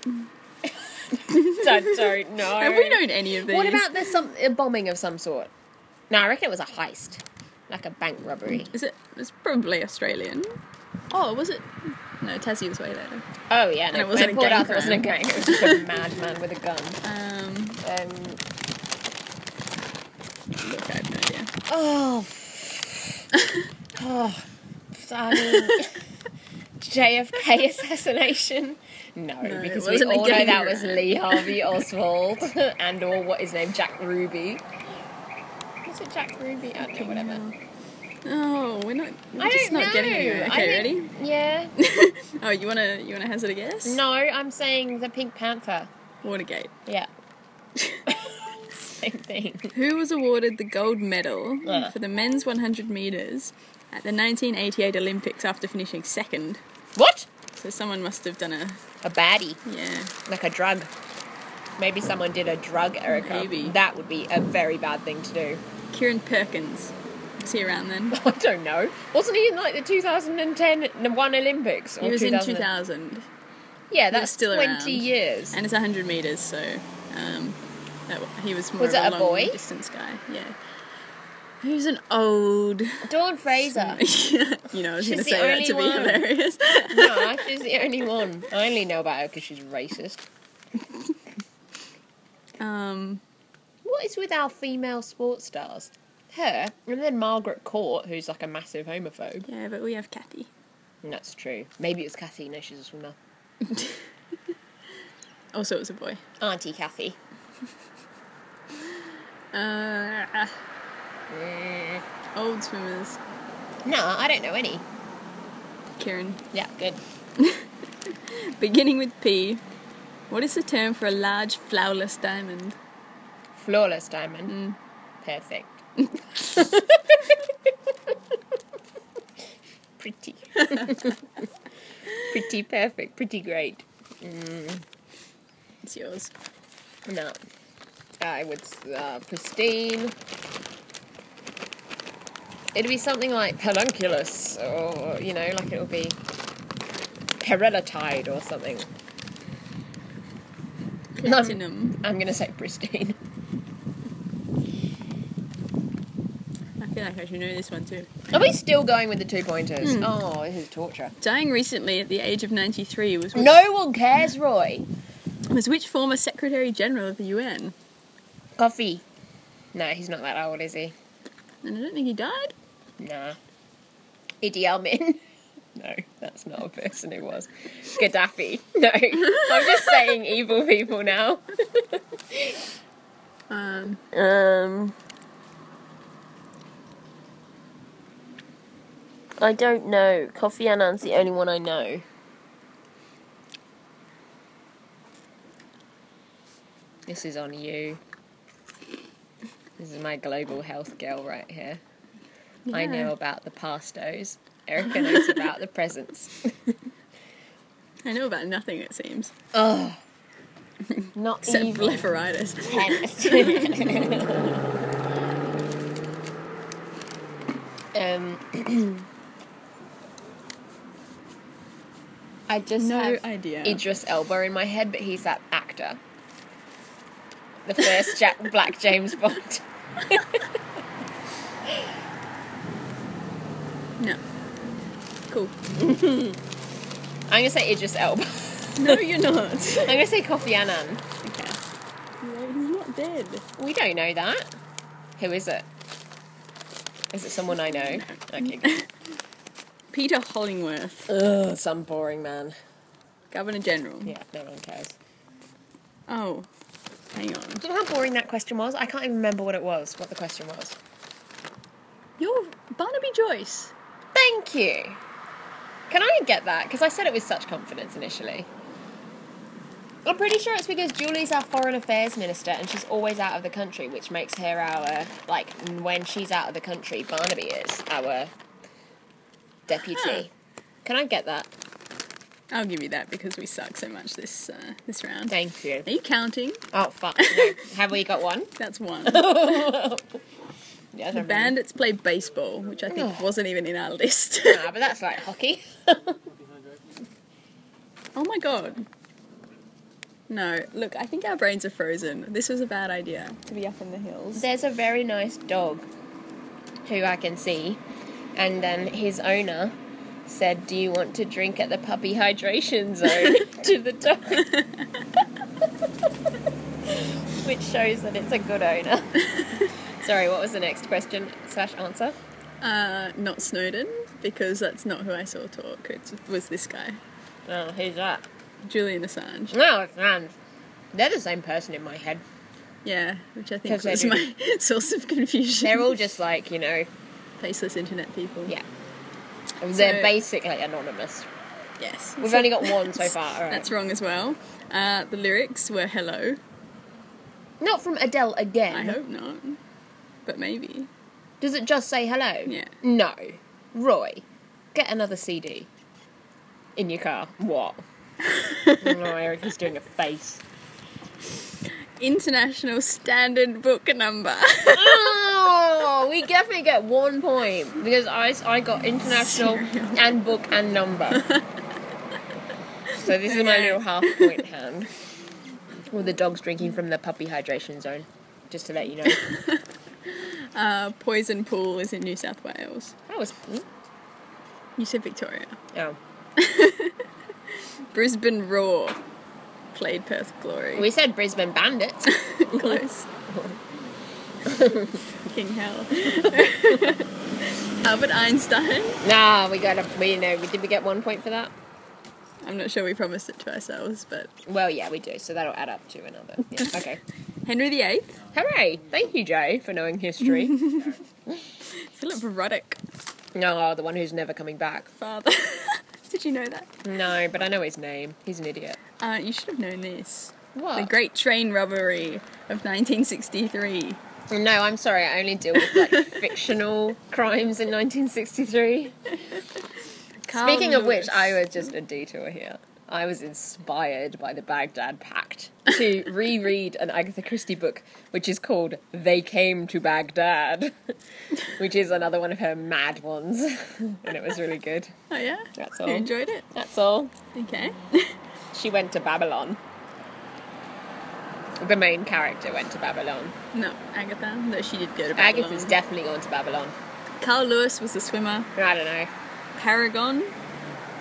[SPEAKER 1] I
[SPEAKER 2] *laughs*
[SPEAKER 1] don't know.
[SPEAKER 2] Have we known any of these?
[SPEAKER 1] What about the some a bombing of some sort? No, I reckon it was a heist, like a bank robbery.
[SPEAKER 2] Is it? It's probably Australian. Oh, was it? No, Tassie was way later.
[SPEAKER 1] Oh yeah, no,
[SPEAKER 2] it wasn't
[SPEAKER 1] and
[SPEAKER 2] a
[SPEAKER 1] Port
[SPEAKER 2] gang
[SPEAKER 1] Arthur wasn't a gang. It was just a madman with a gun.
[SPEAKER 2] Um,
[SPEAKER 1] Um,
[SPEAKER 2] look, I have no idea.
[SPEAKER 1] oh,
[SPEAKER 2] *laughs*
[SPEAKER 1] f- oh, f- I *laughs* mean, JFK assassination. No,
[SPEAKER 2] it
[SPEAKER 1] because we
[SPEAKER 2] wasn't a
[SPEAKER 1] all know
[SPEAKER 2] gang
[SPEAKER 1] that was
[SPEAKER 2] rape.
[SPEAKER 1] Lee Harvey Oswald *laughs* and or what his name Jack Ruby. Was it Jack Ruby? I don't know, whatever.
[SPEAKER 2] Oh, we're not. We're
[SPEAKER 1] I
[SPEAKER 2] just
[SPEAKER 1] don't
[SPEAKER 2] not
[SPEAKER 1] know.
[SPEAKER 2] getting anywhere.
[SPEAKER 1] I *laughs*
[SPEAKER 2] Okay,
[SPEAKER 1] think- Yeah.
[SPEAKER 2] ready? *laughs* oh, you wanna you wanna hazard a guess?
[SPEAKER 1] No, I'm saying the Pink Panther.
[SPEAKER 2] Watergate. *laughs*
[SPEAKER 1] Yeah. Same thing.
[SPEAKER 2] Who was awarded the gold medal
[SPEAKER 1] Yeah.
[SPEAKER 2] for the men's 100 meters at the 1988 Olympics after finishing second?
[SPEAKER 1] What?
[SPEAKER 2] So someone must have done a
[SPEAKER 1] A baddie,
[SPEAKER 2] yeah.
[SPEAKER 1] like a drug. Maybe someone did a drug, Erica.
[SPEAKER 2] Maybe.
[SPEAKER 1] That would be a very bad thing to do.
[SPEAKER 2] Kieran Perkins. Was he around then?
[SPEAKER 1] *laughs* I don't know. Wasn't he in like the 2010 the one Olympics? Or
[SPEAKER 2] He was in
[SPEAKER 1] 2000?
[SPEAKER 2] 2000,
[SPEAKER 1] Yeah,
[SPEAKER 2] was
[SPEAKER 1] that's
[SPEAKER 2] still
[SPEAKER 1] 20
[SPEAKER 2] around.
[SPEAKER 1] years.
[SPEAKER 2] and it's 100 meters, so um, that, w- he was more
[SPEAKER 1] Was it
[SPEAKER 2] of a,
[SPEAKER 1] a
[SPEAKER 2] long
[SPEAKER 1] boy?
[SPEAKER 2] distance guy. Yeah. Who's an old?
[SPEAKER 1] Dawn Fraser.
[SPEAKER 2] *laughs* you know, I was
[SPEAKER 1] She's
[SPEAKER 2] going to
[SPEAKER 1] the
[SPEAKER 2] say that
[SPEAKER 1] only
[SPEAKER 2] to be
[SPEAKER 1] one.
[SPEAKER 2] hilarious.
[SPEAKER 1] *laughs* no, she's the only one. I only know about her because she's racist.
[SPEAKER 2] Um,
[SPEAKER 1] What is with our female sports stars? Her, and then Margaret Court, who's like a massive homophobe.
[SPEAKER 2] yeah, but we have Kathy.
[SPEAKER 1] That's true. Maybe it's Kathy. No, she's a swimmer.
[SPEAKER 2] Also, it was a boy.
[SPEAKER 1] Auntie Kathy.
[SPEAKER 2] Uh,
[SPEAKER 1] Mm.
[SPEAKER 2] old swimmers.
[SPEAKER 1] No, I don't know any.
[SPEAKER 2] Kieran.
[SPEAKER 1] Yeah, good.
[SPEAKER 2] Beginning with P. What is the term for a large flowerless diamond?
[SPEAKER 1] Flawless diamond. Perfect. pretty. pretty perfect. Pretty great.
[SPEAKER 2] It's yours.
[SPEAKER 1] No. I would. s- Uh, pristine. It'd be something like pedunculus, or, you know, like it would be perellitide or something.
[SPEAKER 2] Platinum.
[SPEAKER 1] I'm gonna say pristine. *laughs*
[SPEAKER 2] I feel like I should know this one too.
[SPEAKER 1] Are we still going with the two pointers? Oh, this is torture.
[SPEAKER 2] Dying recently at the age of 93 was which,
[SPEAKER 1] No one cares, Roy.
[SPEAKER 2] was which former Secretary General of the UN?
[SPEAKER 1] Coffee. No, he's not that old, is he?
[SPEAKER 2] And I don't think he died.
[SPEAKER 1] Nah. Idi Amin. *laughs* No, that's not a person who was. Gaddafi. No. I'm just saying evil people now.
[SPEAKER 2] Um,
[SPEAKER 1] Um. I don't know. Kofi Annan's the only one I know. This is on you. This is my global health girl right here. I
[SPEAKER 2] Yeah.
[SPEAKER 1] know about the pastos. Erica knows about the *laughs* presents.
[SPEAKER 2] I know about nothing, it seems.
[SPEAKER 1] Oh, not
[SPEAKER 2] Except
[SPEAKER 1] even.
[SPEAKER 2] blepharitis.
[SPEAKER 1] *laughs* um, *clears throat* I just
[SPEAKER 2] *laughs* No
[SPEAKER 1] have
[SPEAKER 2] idea.
[SPEAKER 1] Idris Elba in my head, but he's that actor, the first Jack *laughs* Black James Bond.
[SPEAKER 2] No. Cool.
[SPEAKER 1] I'm gonna say Idris Elba. *laughs*
[SPEAKER 2] No, you're not. *laughs* okay.
[SPEAKER 1] I'm gonna say Kofi Annan.
[SPEAKER 2] No, he's not dead.
[SPEAKER 1] We don't know that. Who is it? Is it someone I know? Okay. good.
[SPEAKER 2] Peter
[SPEAKER 1] *laughs*
[SPEAKER 2] Hollingworth,
[SPEAKER 1] Ugh, some boring man.
[SPEAKER 2] Governor General.
[SPEAKER 1] Yeah, no one cares.
[SPEAKER 2] Oh, hang on.
[SPEAKER 1] Do you know how boring that question was? I can't even remember what it was. What the question was.
[SPEAKER 2] You're Barnaby Joyce.
[SPEAKER 1] Thank you. Can I get that? Because I said it with such confidence initially. I'm pretty sure it's because Julie's our foreign affairs minister and she's always out of the country, which makes her our, like, when she's out of the country, Barnaby is our deputy.
[SPEAKER 2] Huh.
[SPEAKER 1] Can I get that?
[SPEAKER 2] I'll give you that because we suck so much this uh, this round.
[SPEAKER 1] Thank you.
[SPEAKER 2] Are you counting?
[SPEAKER 1] Oh, fuck. *laughs* No. Have we got one?
[SPEAKER 2] That's *laughs* one.
[SPEAKER 1] Yeah,
[SPEAKER 2] The Bandits play baseball, which I think
[SPEAKER 1] Ugh.
[SPEAKER 2] wasn't even in our list. *laughs*
[SPEAKER 1] Ah, but that's like hockey. *laughs*
[SPEAKER 2] oh my god. No, look, I think our brains are frozen. This was a bad idea to be up in the hills.
[SPEAKER 1] There's a very nice dog who I can see, and um, his owner said, Do you want to drink at the puppy hydration *laughs* zone to the dog? Which shows that it's a good *laughs* owner. Sorry, what was the next question slash answer?
[SPEAKER 2] Uh, not Snowden, because that's not who I saw talk. It was this guy,
[SPEAKER 1] Oh, who's that?
[SPEAKER 2] Julian Assange.
[SPEAKER 1] No, Oh, it's Rand. They're the same person in my head.
[SPEAKER 2] Yeah, which I think
[SPEAKER 1] Because they
[SPEAKER 2] was
[SPEAKER 1] do-
[SPEAKER 2] my *laughs* source of confusion.
[SPEAKER 1] They're all just like, you know,
[SPEAKER 2] faceless internet people.
[SPEAKER 1] yeah. They're
[SPEAKER 2] So-
[SPEAKER 1] basically anonymous.
[SPEAKER 2] Yes.
[SPEAKER 1] We've only got one so far. All right.
[SPEAKER 2] *laughs* That's wrong as well. Uh, the lyrics were hello.
[SPEAKER 1] Not from Adele again.
[SPEAKER 2] I hope not. But maybe.
[SPEAKER 1] Does it just say hello?
[SPEAKER 2] Yeah.
[SPEAKER 1] No. Roy, get another CD. In your car.
[SPEAKER 2] *laughs*
[SPEAKER 1] What? oh, Erica's doing a face.
[SPEAKER 2] International Standard Book Number. *laughs*
[SPEAKER 1] Oh, we definitely get one point because I, I got
[SPEAKER 2] *laughs*
[SPEAKER 1] international
[SPEAKER 2] Serial.
[SPEAKER 1] and book and number. so this is my
[SPEAKER 2] Okay.
[SPEAKER 1] little half point hand. Well, the dog's drinking from the puppy hydration zone, just to let you know.
[SPEAKER 2] uh, Poison Pool is in New South Wales.
[SPEAKER 1] That was. hmm?
[SPEAKER 2] You said Victoria.
[SPEAKER 1] Oh.
[SPEAKER 2] Brisbane Roar played Perth Glory.
[SPEAKER 1] We said Brisbane Bandits.
[SPEAKER 2] *laughs* Close. Fucking hell. *laughs* Albert Einstein.
[SPEAKER 1] Nah, we got a. We know. Did we get one point for that?
[SPEAKER 2] I'm not sure we promised it to ourselves, but
[SPEAKER 1] Well, yeah, we do. So that'll add up to another. Yeah, okay.
[SPEAKER 2] Henry VIII,
[SPEAKER 1] Hooray! Thank you, Jay, for knowing history.
[SPEAKER 2] Philip Ruddock,
[SPEAKER 1] no, Oh, the one who's never coming back.
[SPEAKER 2] father. *laughs* Did you know that?
[SPEAKER 1] No, but I know his name. He's an idiot.
[SPEAKER 2] Uh, you should have known this.
[SPEAKER 1] What?
[SPEAKER 2] The Great Train Robbery of 1963.
[SPEAKER 1] No, I'm sorry. I only deal with like fictional crimes in 1963.
[SPEAKER 2] Carl
[SPEAKER 1] Speaking of which,
[SPEAKER 2] Lewis.
[SPEAKER 1] I was just a detour here. I was inspired by the Baghdad Pact to reread an Agatha Christie book, which is called They Came to Baghdad, *laughs* which is another one of her mad ones. *laughs* and it was really good.
[SPEAKER 2] Oh yeah.
[SPEAKER 1] That's
[SPEAKER 2] You
[SPEAKER 1] all.
[SPEAKER 2] enjoyed it.
[SPEAKER 1] That's all.
[SPEAKER 2] Okay. *laughs*
[SPEAKER 1] She went to Babylon. The main character went to Babylon.
[SPEAKER 2] no, Agatha. No, she did go to Babylon.
[SPEAKER 1] Agatha's definitely gone to Babylon.
[SPEAKER 2] Carl Lewis was the swimmer.
[SPEAKER 1] I don't know.
[SPEAKER 2] Paragon.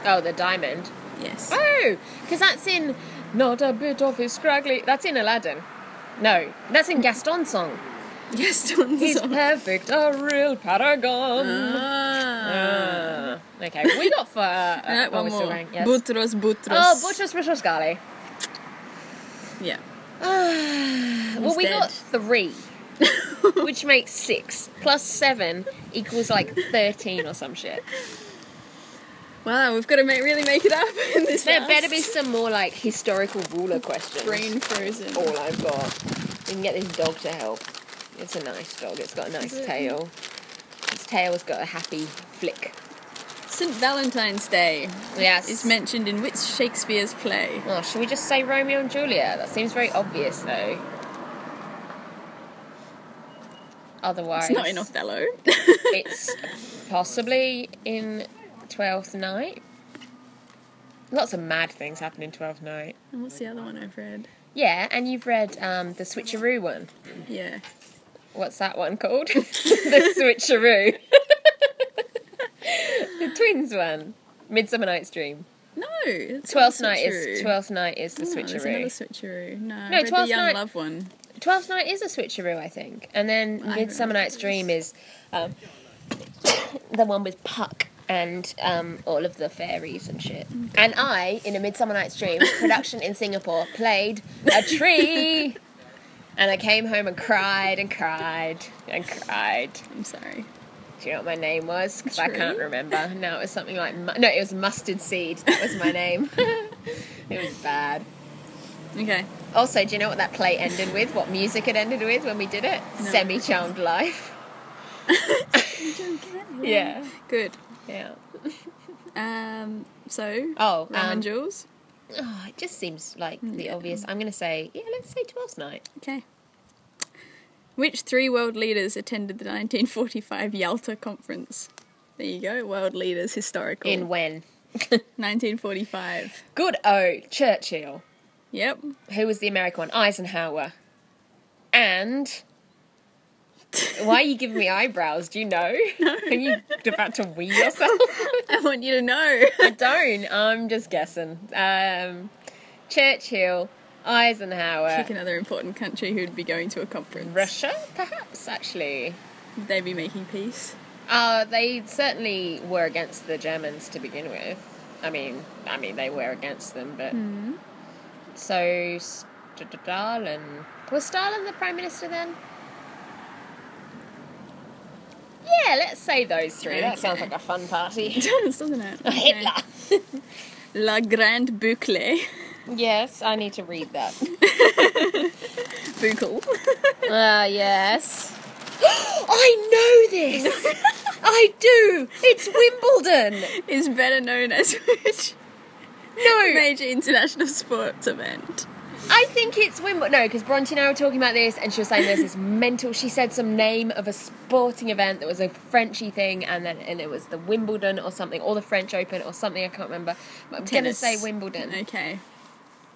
[SPEAKER 1] Oh, the diamond.
[SPEAKER 2] Yes.
[SPEAKER 1] Oh, because that's in Not a Bit of His Scraggly. That's in Aladdin. No, that's in Gaston's song.
[SPEAKER 2] *laughs* Yes, Don *laughs*
[SPEAKER 1] He's
[SPEAKER 2] Zon.
[SPEAKER 1] perfect, a real paragon.
[SPEAKER 2] Ah.
[SPEAKER 1] Ah. okay, we got for.
[SPEAKER 2] *laughs*
[SPEAKER 1] Uh,
[SPEAKER 2] Uh,
[SPEAKER 1] oh,
[SPEAKER 2] one
[SPEAKER 1] we're still
[SPEAKER 2] more.
[SPEAKER 1] going, yes.
[SPEAKER 2] Butros, Butros.
[SPEAKER 1] Oh, Butchers, Butchers, Scally. *laughs*
[SPEAKER 2] Yeah.
[SPEAKER 1] Well, we
[SPEAKER 2] dead.
[SPEAKER 1] got three, which makes
[SPEAKER 2] *laughs*
[SPEAKER 1] six plus seven equals like thirteen or some shit.
[SPEAKER 2] Wow, we've got to make, really make it up *laughs* in this.
[SPEAKER 1] There
[SPEAKER 2] last
[SPEAKER 1] better be some more like historical ruler questions.
[SPEAKER 2] brain frozen.
[SPEAKER 1] All I've got. We can get this dog to help. It's a nice dog. It's got a nice
[SPEAKER 2] Is it?
[SPEAKER 1] tail. Its tail's got a happy flick.
[SPEAKER 2] St. Valentine's Day
[SPEAKER 1] Yes.
[SPEAKER 2] is mentioned in which Shakespeare's play?
[SPEAKER 1] Oh, should we just say Romeo and Juliet? That seems very obvious, though. Otherwise,
[SPEAKER 2] It's not *laughs* in Othello.
[SPEAKER 1] it's possibly in Twelfth Night. Lots of mad things happen in Twelfth Night.
[SPEAKER 2] And What's the other one I've read?
[SPEAKER 1] Yeah, and you've read um, the Switcheroo one.
[SPEAKER 2] Yeah.
[SPEAKER 1] What's that one called? *laughs* the Switcheroo. *laughs* the twins one. Midsummer Night's Dream.
[SPEAKER 2] No. it's not
[SPEAKER 1] Twelfth
[SPEAKER 2] the
[SPEAKER 1] Night
[SPEAKER 2] switcheroo.
[SPEAKER 1] is Twelfth Night is the
[SPEAKER 2] No, there's another
[SPEAKER 1] Switcheroo.
[SPEAKER 2] switcheroo. No, I
[SPEAKER 1] No,
[SPEAKER 2] read the
[SPEAKER 1] Twelfth
[SPEAKER 2] Young
[SPEAKER 1] Night-
[SPEAKER 2] Love one.
[SPEAKER 1] Twelfth Night is a switcheroo, I think. And then
[SPEAKER 2] I
[SPEAKER 1] Midsummer
[SPEAKER 2] remember
[SPEAKER 1] Night's Dream is um, *coughs* the one with Puck and um, all of the fairies and shit. And I, in a Midsummer Night's Dream production in Singapore, played a *laughs* tree. and I came home and cried and cried and cried.
[SPEAKER 2] I'm sorry.
[SPEAKER 1] Do you know what my name was? 'Cause I
[SPEAKER 2] Tree?
[SPEAKER 1] can't remember. No, it was something like mu- no, it was mustard seed. That was my name. *laughs* it was bad. *laughs*
[SPEAKER 2] Okay. *laughs*
[SPEAKER 1] Also, do you know what that play ended with? What music it ended with when we did it?
[SPEAKER 2] No.
[SPEAKER 1] Semi charmed
[SPEAKER 2] *laughs*
[SPEAKER 1] life. Yeah.
[SPEAKER 2] Good.
[SPEAKER 1] Yeah.
[SPEAKER 2] Um. So.
[SPEAKER 1] Oh,
[SPEAKER 2] Rum
[SPEAKER 1] um,
[SPEAKER 2] and Jules.
[SPEAKER 1] oh, it just seems like the
[SPEAKER 2] Yeah.
[SPEAKER 1] obvious. I'm gonna say yeah. Let's say Twelfth Night.
[SPEAKER 2] Okay. Which three world leaders attended the 1945 Yalta Conference? There you go, world leaders, historical.
[SPEAKER 1] In when?
[SPEAKER 2] 1945.
[SPEAKER 1] Good O Churchill. *laughs*
[SPEAKER 2] Yep.
[SPEAKER 1] Who was the American one? Eisenhower.
[SPEAKER 2] *laughs*
[SPEAKER 1] And why are you giving me eyebrows? Do you know? *laughs* Are you about to wee yourself?
[SPEAKER 2] I want you
[SPEAKER 1] *laughs*
[SPEAKER 2] to know.
[SPEAKER 1] I don't. I'm just guessing. Um, Churchill, Eisenhower,
[SPEAKER 2] Pick another important country who'd be going to a conference.
[SPEAKER 1] Russia, perhaps actually.
[SPEAKER 2] Would they be making peace? *laughs*
[SPEAKER 1] Uh, they certainly were against the Germans to begin with. I mean, I mean they were against them, but so Stalin was Stalin the prime minister then? Yeah, let's say those three. That sounds
[SPEAKER 2] Okay.
[SPEAKER 1] like a fun party.
[SPEAKER 2] It does, doesn't it? Okay.
[SPEAKER 1] *laughs* Hitler.
[SPEAKER 2] La Grande Boucle. *laughs*
[SPEAKER 1] Yes, I need to read that.
[SPEAKER 2] Boucle. *laughs*
[SPEAKER 1] Uh, yes. *gasps* I know this! *laughs* I do! It's Wimbledon!
[SPEAKER 2] is better known as *laughs* which
[SPEAKER 1] No!
[SPEAKER 2] major international sports event?
[SPEAKER 1] I think it's Wimbledon. No, because Bronte and I were talking about this, and she was saying there's this mental. She said some name of a sporting event that was a Frenchy thing, and then and it was the Wimbledon or something, or the French Open or something, I can't remember. But I'm going to
[SPEAKER 2] Tennis.
[SPEAKER 1] say Wimbledon.
[SPEAKER 2] Okay.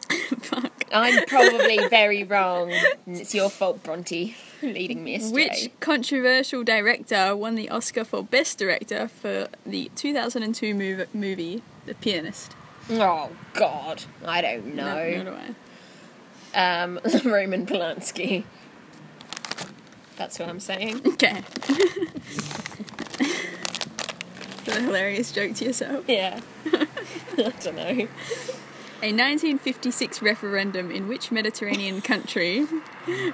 [SPEAKER 2] *laughs* Fuck.
[SPEAKER 1] I'm probably *laughs* very wrong. and It's your fault, Bronte, *laughs* leading me astray.
[SPEAKER 2] Which controversial director won the Oscar for Best Director for the 2002 mov- movie The Pianist?
[SPEAKER 1] Oh, God. I don't know.
[SPEAKER 2] nor do I.
[SPEAKER 1] um, *laughs* Roman Polanski. That's what I'm *laughs* saying.
[SPEAKER 2] Okay. *laughs* Is that a hilarious joke to yourself.
[SPEAKER 1] Yeah. *laughs* I don't know.
[SPEAKER 2] A 1956 referendum in which
[SPEAKER 1] *laughs*
[SPEAKER 2] Mediterranean country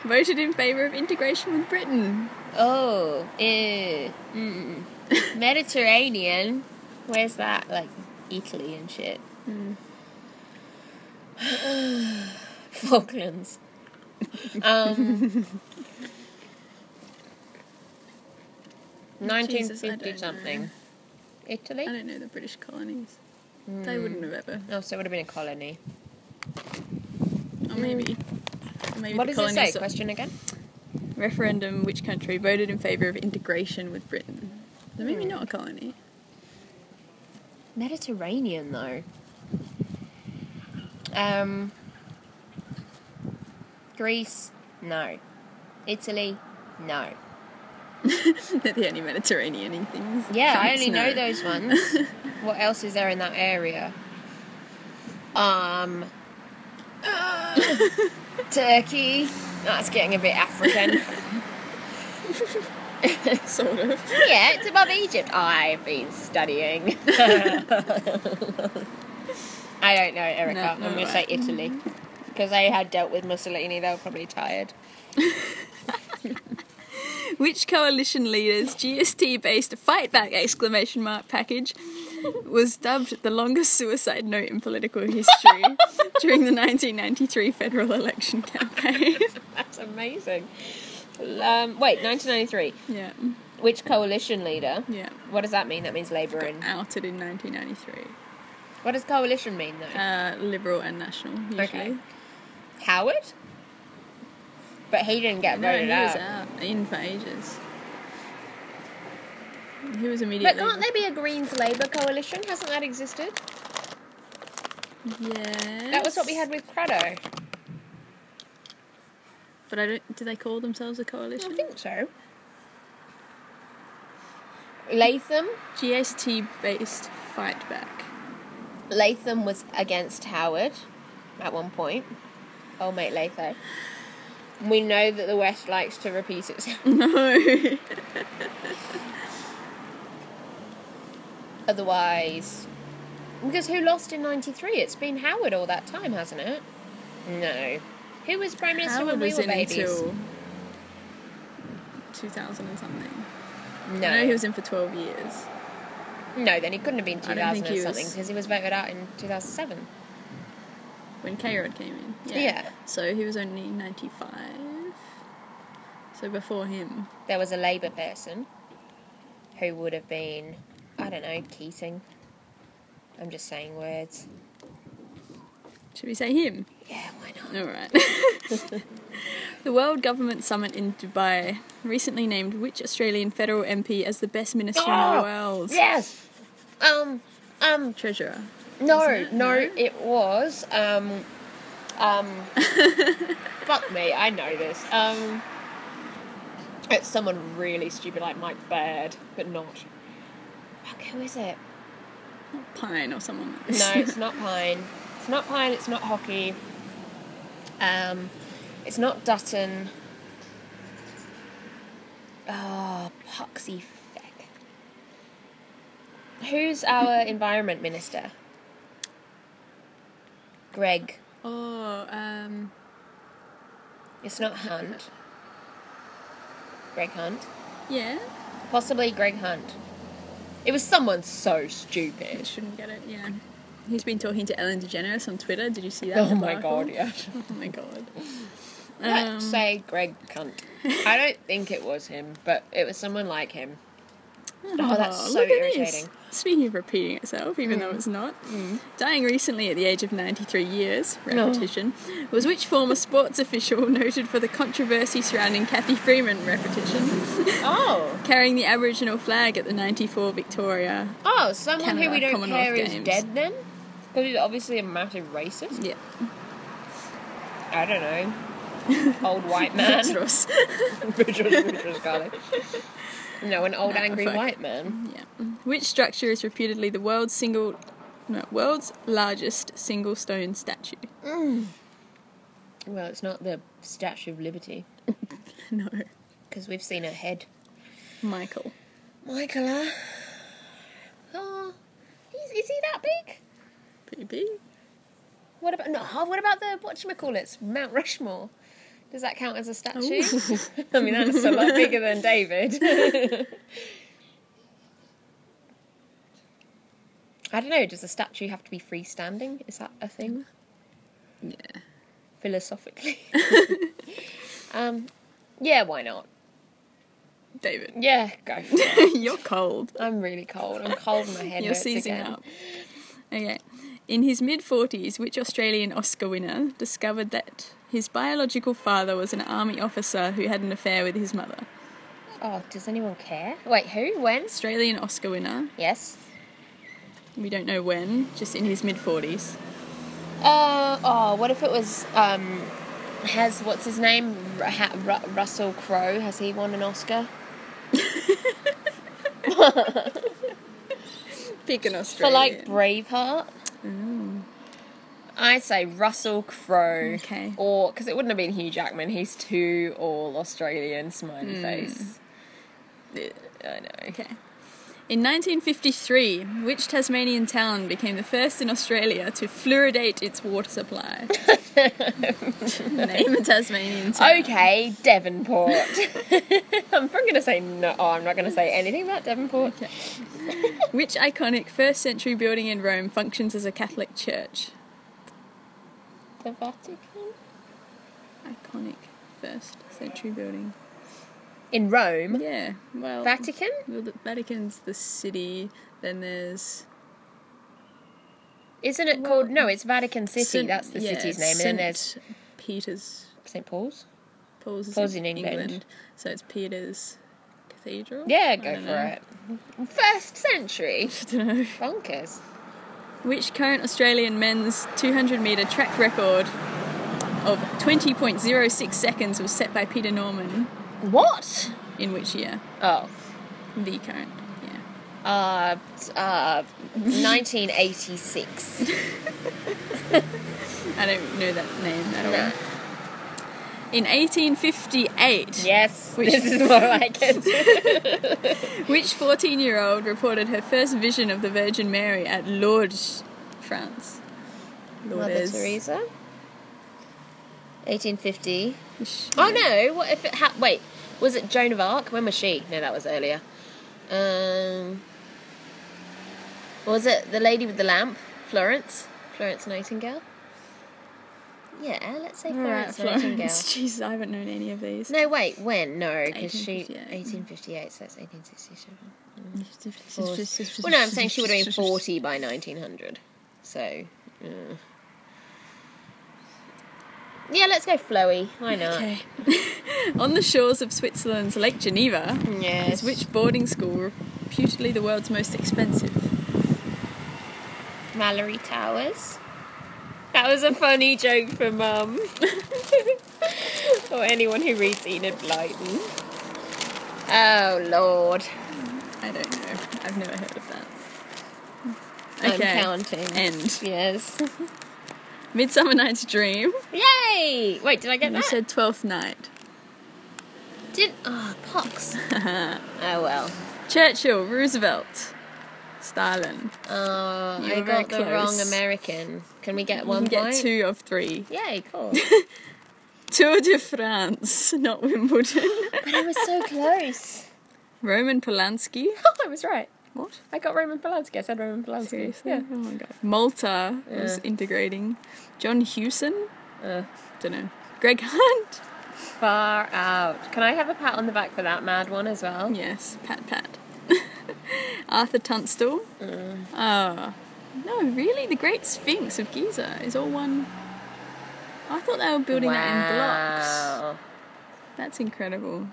[SPEAKER 2] voted in favour of integration with Britain?
[SPEAKER 1] Oh, ew. Mm. *laughs* Mediterranean. Where's that? Like Italy and shit. *sighs* Falklands. Um. *laughs* 1950
[SPEAKER 2] know.
[SPEAKER 1] something. Italy?
[SPEAKER 2] I don't know the British colonies. They wouldn't have ever.
[SPEAKER 1] Oh, so it would have been a colony.
[SPEAKER 2] Or maybe. or maybe
[SPEAKER 1] Hmm. What
[SPEAKER 2] the
[SPEAKER 1] does it say?
[SPEAKER 2] colonies-
[SPEAKER 1] Question again?
[SPEAKER 2] referendum which country voted in favour of integration with Britain? So
[SPEAKER 1] Hmm.
[SPEAKER 2] maybe not a colony. *laughs*
[SPEAKER 1] Mediterranean though. Um Greece, no. Italy, no.
[SPEAKER 2] They're the only Mediterranean things.
[SPEAKER 1] Yeah, I
[SPEAKER 2] France,
[SPEAKER 1] only
[SPEAKER 2] no.
[SPEAKER 1] know those ones. what else is there in that area? Um Turkey. That's getting a bit African.
[SPEAKER 2] *laughs* sort of.
[SPEAKER 1] yeah, it's above Egypt. I've been
[SPEAKER 2] *laughs*
[SPEAKER 1] studying. I don't know, Erica.
[SPEAKER 2] No,
[SPEAKER 1] I'm
[SPEAKER 2] no,
[SPEAKER 1] going to
[SPEAKER 2] I-
[SPEAKER 1] say Italy. Because they had dealt with Mussolini, they were probably tired.
[SPEAKER 2] Which coalition leader's GST-based fight back exclamation mark package was dubbed the longest suicide note in
[SPEAKER 1] *laughs*
[SPEAKER 2] political history during the 1993 federal election campaign?
[SPEAKER 1] *laughs*
[SPEAKER 2] *laughs*
[SPEAKER 1] That's amazing. Um, wait, 1993.
[SPEAKER 2] yeah,
[SPEAKER 1] Which coalition leader?
[SPEAKER 2] yeah.
[SPEAKER 1] What does that mean? That means Labour and.
[SPEAKER 2] Outed in 1993.
[SPEAKER 1] What does coalition mean though?
[SPEAKER 2] Uh, liberal and national, usually.
[SPEAKER 1] Okay. Howard? But he didn't get
[SPEAKER 2] No, he
[SPEAKER 1] voted
[SPEAKER 2] was
[SPEAKER 1] out.
[SPEAKER 2] out in for ages. He was
[SPEAKER 1] But
[SPEAKER 2] immediately.
[SPEAKER 1] can't there be a Greens Labour coalition? Hasn't that existed?
[SPEAKER 2] Yeah.
[SPEAKER 1] That was what we had with Crado.
[SPEAKER 2] But I don't. Do they call themselves a coalition?
[SPEAKER 1] I think so. Latham?
[SPEAKER 2] GST based fight
[SPEAKER 1] *laughs*
[SPEAKER 2] back.
[SPEAKER 1] Latham was against Howard at one point. Oh, mate, Latham. We know that the West likes to repeat itself. *laughs*
[SPEAKER 2] No.
[SPEAKER 1] Otherwise, because who lost in '93? It's been Howard all that time, hasn't it? No. Who was prime minister
[SPEAKER 2] Howard
[SPEAKER 1] when we
[SPEAKER 2] was
[SPEAKER 1] were
[SPEAKER 2] in
[SPEAKER 1] babies?
[SPEAKER 2] until 2000 and something.
[SPEAKER 1] No,
[SPEAKER 2] I know he was in for 12 years.
[SPEAKER 1] no. Then he couldn't have been 2000
[SPEAKER 2] don't think
[SPEAKER 1] or
[SPEAKER 2] he
[SPEAKER 1] something
[SPEAKER 2] was-
[SPEAKER 1] because he was voted out in 2007.
[SPEAKER 2] When K Rod came in. Yeah.
[SPEAKER 1] Yeah.
[SPEAKER 2] So he was only 95. So before him.
[SPEAKER 1] There was a Labour person who would have been, I don't know, Keating. I'm just saying words.
[SPEAKER 2] Should we say him?
[SPEAKER 1] Yeah, why not?
[SPEAKER 2] Alright. *laughs* the World Government Summit in Dubai recently named which Australian federal MP as the best minister in
[SPEAKER 1] Oh,
[SPEAKER 2] the world?
[SPEAKER 1] Yes. Um. Um.
[SPEAKER 2] Treasurer.
[SPEAKER 1] No.
[SPEAKER 2] Wasn't it?
[SPEAKER 1] No.
[SPEAKER 2] No?
[SPEAKER 1] It was. Um. Um. fuck me. I know this. Um. It's someone really stupid like Mike Baird, but not. Fuck. Who is it?
[SPEAKER 2] Pine or someone
[SPEAKER 1] No,
[SPEAKER 2] like *laughs* this.
[SPEAKER 1] it's not Pine. It's not Pine. It's not hockey. Um. It's not Dutton. Oh, poxy feck. Who's our environment minister? Greg.
[SPEAKER 2] Oh, um,
[SPEAKER 1] It's not Hunt. Greg Hunt.
[SPEAKER 2] yeah.
[SPEAKER 1] Possibly Greg Hunt. It was someone so
[SPEAKER 2] It
[SPEAKER 1] stupid.
[SPEAKER 2] shouldn't get it, yeah. He's been talking to Ellen DeGeneres on Twitter. Did you see that?
[SPEAKER 1] Oh my
[SPEAKER 2] debacle?
[SPEAKER 1] god, yeah.
[SPEAKER 2] Oh my god. Um,
[SPEAKER 1] Let's say Greg Cunt. I don't think it was him, but it was someone like him. Oh, that's so
[SPEAKER 2] look at this.
[SPEAKER 1] irritating. Mm.
[SPEAKER 2] Speaking of repeating itself, even though it's not, dying recently at the age of 93 years, repetition, was which former sports *laughs* official noted for the controversy surrounding Kathy Freeman, repetition,
[SPEAKER 1] Oh.
[SPEAKER 2] carrying the Aboriginal flag at the 94 Victoria?
[SPEAKER 1] Oh, someone who
[SPEAKER 2] Canada,
[SPEAKER 1] we don't
[SPEAKER 2] Commonwealth
[SPEAKER 1] care is
[SPEAKER 2] Games.
[SPEAKER 1] dead then? Because he's obviously a massive racist.
[SPEAKER 2] *laughs* Yeah,
[SPEAKER 1] I don't know. *laughs* Old white man.
[SPEAKER 2] that's Ross.
[SPEAKER 1] Bourgeois- bourgeois garlic. No, an old
[SPEAKER 2] No,
[SPEAKER 1] angry
[SPEAKER 2] fuck.
[SPEAKER 1] white man.
[SPEAKER 2] Yeah. Which structure is reputedly the world's single, no, world's largest single stone statue? *laughs*
[SPEAKER 1] Well, it's not the Statue of Liberty,
[SPEAKER 2] No,
[SPEAKER 1] because we've seen her head.
[SPEAKER 2] Michael.
[SPEAKER 1] Michaela. Oh, he's, is he that big?
[SPEAKER 2] Pretty big.
[SPEAKER 1] What about no? oh, What about the whatchamacallits? Mount Rushmore. Does that count as a statue?
[SPEAKER 2] Ooh.
[SPEAKER 1] *laughs* I mean, that's a lot bigger than David. *laughs* I don't know. Does a statue have to be freestanding? Is that a thing
[SPEAKER 2] Yeah.
[SPEAKER 1] philosophically? *laughs* um, yeah, why not?
[SPEAKER 2] David. *laughs*
[SPEAKER 1] Yeah, go. For it.
[SPEAKER 2] You're cold.
[SPEAKER 1] I'm really cold. I'm cold. My head
[SPEAKER 2] You're
[SPEAKER 1] hurts
[SPEAKER 2] seizing
[SPEAKER 1] again.
[SPEAKER 2] up. Okay. In his mid 40s, which Australian Oscar winner discovered that his biological father was an army officer who had an affair with his mother?
[SPEAKER 1] Oh, does anyone care? Wait, who? When?
[SPEAKER 2] Australian Oscar winner.
[SPEAKER 1] Yes.
[SPEAKER 2] We don't know when, just in his mid 40s.
[SPEAKER 1] Uh, oh, what if it was, um, has, what's his name? Ru- ha- Ru- Russell Crowe, has he won an Oscar?
[SPEAKER 2] Pick an
[SPEAKER 1] For
[SPEAKER 2] Australian.
[SPEAKER 1] like Braveheart? I say Russell Crowe.
[SPEAKER 2] Okay.
[SPEAKER 1] Or, because it wouldn't have been Hugh Jackman, he's too all Australian, smiley face.
[SPEAKER 2] Yeah.
[SPEAKER 1] I know.
[SPEAKER 2] Okay. In In 1953, which Tasmanian town became the first in Australia to fluoridate its water *laughs* supply? Name a Tasmanian town.
[SPEAKER 1] Okay, Devonport. *laughs* I'm probably going to say no. Oh, I'm not going to say anything about Devonport.
[SPEAKER 2] Okay. Which iconic first century building in Rome functions as a Catholic church?
[SPEAKER 1] The Vatican?
[SPEAKER 2] Iconic first century building.
[SPEAKER 1] In Rome?
[SPEAKER 2] Yeah, well.
[SPEAKER 1] Vatican?
[SPEAKER 2] Well, the Vatican's the city. Then there's
[SPEAKER 1] Isn't it called? No, it's Vatican City.
[SPEAKER 2] Saint-
[SPEAKER 1] That's the
[SPEAKER 2] yeah,
[SPEAKER 1] city's name. and then there's
[SPEAKER 2] Saint Peter's.
[SPEAKER 1] St. Paul's.
[SPEAKER 2] Paul's, is
[SPEAKER 1] Paul's
[SPEAKER 2] in,
[SPEAKER 1] in
[SPEAKER 2] England.
[SPEAKER 1] England.
[SPEAKER 2] so it's Peter's Cathedral.
[SPEAKER 1] Yeah,
[SPEAKER 2] I
[SPEAKER 1] go for
[SPEAKER 2] don't know.
[SPEAKER 1] it. First century.
[SPEAKER 2] *laughs* I don't know.
[SPEAKER 1] Bonkers.
[SPEAKER 2] Which current Australian men's 200 metre track record of 20.06 seconds was set by Peter Norman
[SPEAKER 1] What?
[SPEAKER 2] in which year?
[SPEAKER 1] Oh.
[SPEAKER 2] The current. Yeah.
[SPEAKER 1] Uh, t- uh,
[SPEAKER 2] *laughs*
[SPEAKER 1] 1986.
[SPEAKER 2] I don't know that name at all.
[SPEAKER 1] No.
[SPEAKER 2] In 1858, *laughs*
[SPEAKER 1] Yes,
[SPEAKER 2] Which-
[SPEAKER 1] this is more like it.
[SPEAKER 2] which 14 year old reported her first vision of the Virgin Mary at Lourdes, France?
[SPEAKER 1] Mother Teresa. 1850.
[SPEAKER 2] Sh-
[SPEAKER 1] Oh no! What if it ha- wait? Was it Joan of Arc? When was she? No, that was earlier. Um, was it the Lady with the Lamp? Florence, Florence Nightingale. Yeah, let's say
[SPEAKER 2] Alright,
[SPEAKER 1] Florence Nightingale.
[SPEAKER 2] Florence. Jesus, I haven't known any of these.
[SPEAKER 1] No, wait, when? No, because she
[SPEAKER 2] 1858.
[SPEAKER 1] 1858, so it's 1867. Four- Well, no, I'm saying she would have been 40 by 1900. So, uh. yeah, let's go flowy. Why not?
[SPEAKER 2] Okay. *laughs* On the shores of Switzerland's Lake Geneva
[SPEAKER 1] Yes.
[SPEAKER 2] is which boarding school reputedly the world's most expensive?
[SPEAKER 1] Mallory Towers. That was a funny joke for Mum. *laughs* or anyone who reads Enid Blyton. Oh, Lord.
[SPEAKER 2] I don't know. I've never heard of that.
[SPEAKER 1] Um, I'm counting.
[SPEAKER 2] End.
[SPEAKER 1] Yes.
[SPEAKER 2] Midsummer Night's Dream.
[SPEAKER 1] Yay! Wait, did I get
[SPEAKER 2] You
[SPEAKER 1] that?
[SPEAKER 2] said Twelfth Night. *laughs*
[SPEAKER 1] did. Oh, pox. oh, well.
[SPEAKER 2] Churchill, Roosevelt, Stalin.
[SPEAKER 1] Oh,
[SPEAKER 2] You
[SPEAKER 1] I
[SPEAKER 2] were very
[SPEAKER 1] got the wrong
[SPEAKER 2] close.
[SPEAKER 1] American. Can we get
[SPEAKER 2] You
[SPEAKER 1] one
[SPEAKER 2] can get
[SPEAKER 1] point?
[SPEAKER 2] two of three.
[SPEAKER 1] Yay,
[SPEAKER 2] *laughs*
[SPEAKER 1] cool.
[SPEAKER 2] Tour de France, *laughs* not Wimbledon. *laughs*
[SPEAKER 1] I was so close.
[SPEAKER 2] Roman Polanski.
[SPEAKER 1] Oh, *laughs* I was right.
[SPEAKER 2] What?
[SPEAKER 1] I got Roman Polanski. I said Roman Polanski.
[SPEAKER 2] Seriously?
[SPEAKER 1] Yeah.
[SPEAKER 2] Oh my god. Malta was
[SPEAKER 1] Yeah.
[SPEAKER 2] integrating. John Hewson?
[SPEAKER 1] Uh,
[SPEAKER 2] Don't know. Greg Hunt?
[SPEAKER 1] far out. Can I have a pat on the back for that mad one as well?
[SPEAKER 2] Yes, Pat Pat. *laughs* Arthur Tunstall?
[SPEAKER 1] Mm.
[SPEAKER 2] Oh. No, really? The Great Sphinx of Giza is all one. I thought they were building that in blocks.
[SPEAKER 1] Wow.
[SPEAKER 2] That's incredible.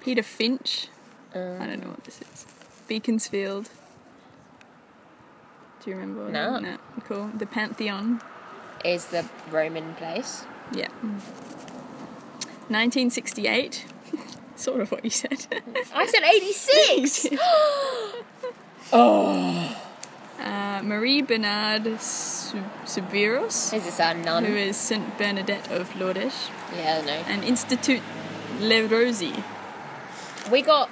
[SPEAKER 2] Peter Finch? I
[SPEAKER 1] Mm.
[SPEAKER 2] don't know what this is. Beaconsfield? Do you remember?
[SPEAKER 1] No.
[SPEAKER 2] no. Cool. The Pantheon?
[SPEAKER 1] Is the Roman place?
[SPEAKER 2] Yeah. Mm. 1968. *laughs* sort of what you said.
[SPEAKER 1] I said 86!
[SPEAKER 2] uh, Marie Bernard Sub- Subiros,
[SPEAKER 1] *laughs* Is this our nun?
[SPEAKER 2] who is St. Bernadette of Lourdes,
[SPEAKER 1] Yeah, no.
[SPEAKER 2] and Institut Le *laughs* Rosy.
[SPEAKER 1] We got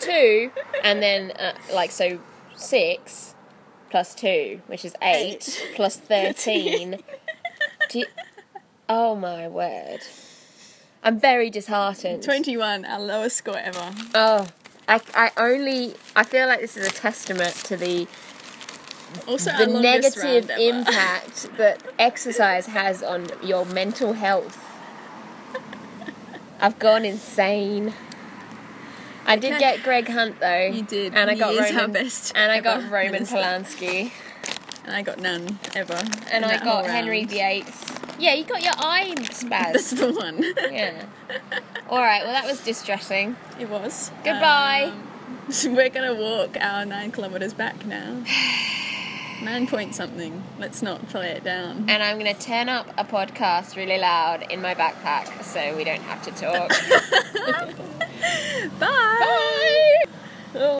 [SPEAKER 1] two, and then, uh, like, so six plus two, which is eight,
[SPEAKER 2] *laughs*
[SPEAKER 1] plus 13. Do you- Oh my word. I'm very disheartened.
[SPEAKER 2] 21, our lowest score ever.
[SPEAKER 1] Oh, I, I only I feel like this is a testament to the
[SPEAKER 2] Also,
[SPEAKER 1] the
[SPEAKER 2] our longest
[SPEAKER 1] negative
[SPEAKER 2] round
[SPEAKER 1] *laughs*
[SPEAKER 2] ever.
[SPEAKER 1] impact that exercise has on your mental health. I've gone insane. I did
[SPEAKER 2] Okay.
[SPEAKER 1] get Greg Hunt though.
[SPEAKER 2] *laughs* You did.
[SPEAKER 1] and I
[SPEAKER 2] He
[SPEAKER 1] got
[SPEAKER 2] is
[SPEAKER 1] Roman.
[SPEAKER 2] our best
[SPEAKER 1] and I
[SPEAKER 2] ever
[SPEAKER 1] got Roman
[SPEAKER 2] minister.
[SPEAKER 1] Polanski,
[SPEAKER 2] And I got none ever.
[SPEAKER 1] and
[SPEAKER 2] in
[SPEAKER 1] I
[SPEAKER 2] that whole
[SPEAKER 1] got Henry
[SPEAKER 2] round. *laughs*
[SPEAKER 1] VIII. Yeah, you got your eye
[SPEAKER 2] That's
[SPEAKER 1] spaz.
[SPEAKER 2] the one.
[SPEAKER 1] yeah. All right. Well, that was distressing.
[SPEAKER 2] *laughs* It was.
[SPEAKER 1] Goodbye.
[SPEAKER 2] Um, *laughs* we're gonna walk our nine kilometers back now. *sighs* Nine point something. Let's not play it down.
[SPEAKER 1] and I'm *laughs* going to turn up a podcast really loud in my backpack so we don't have to talk.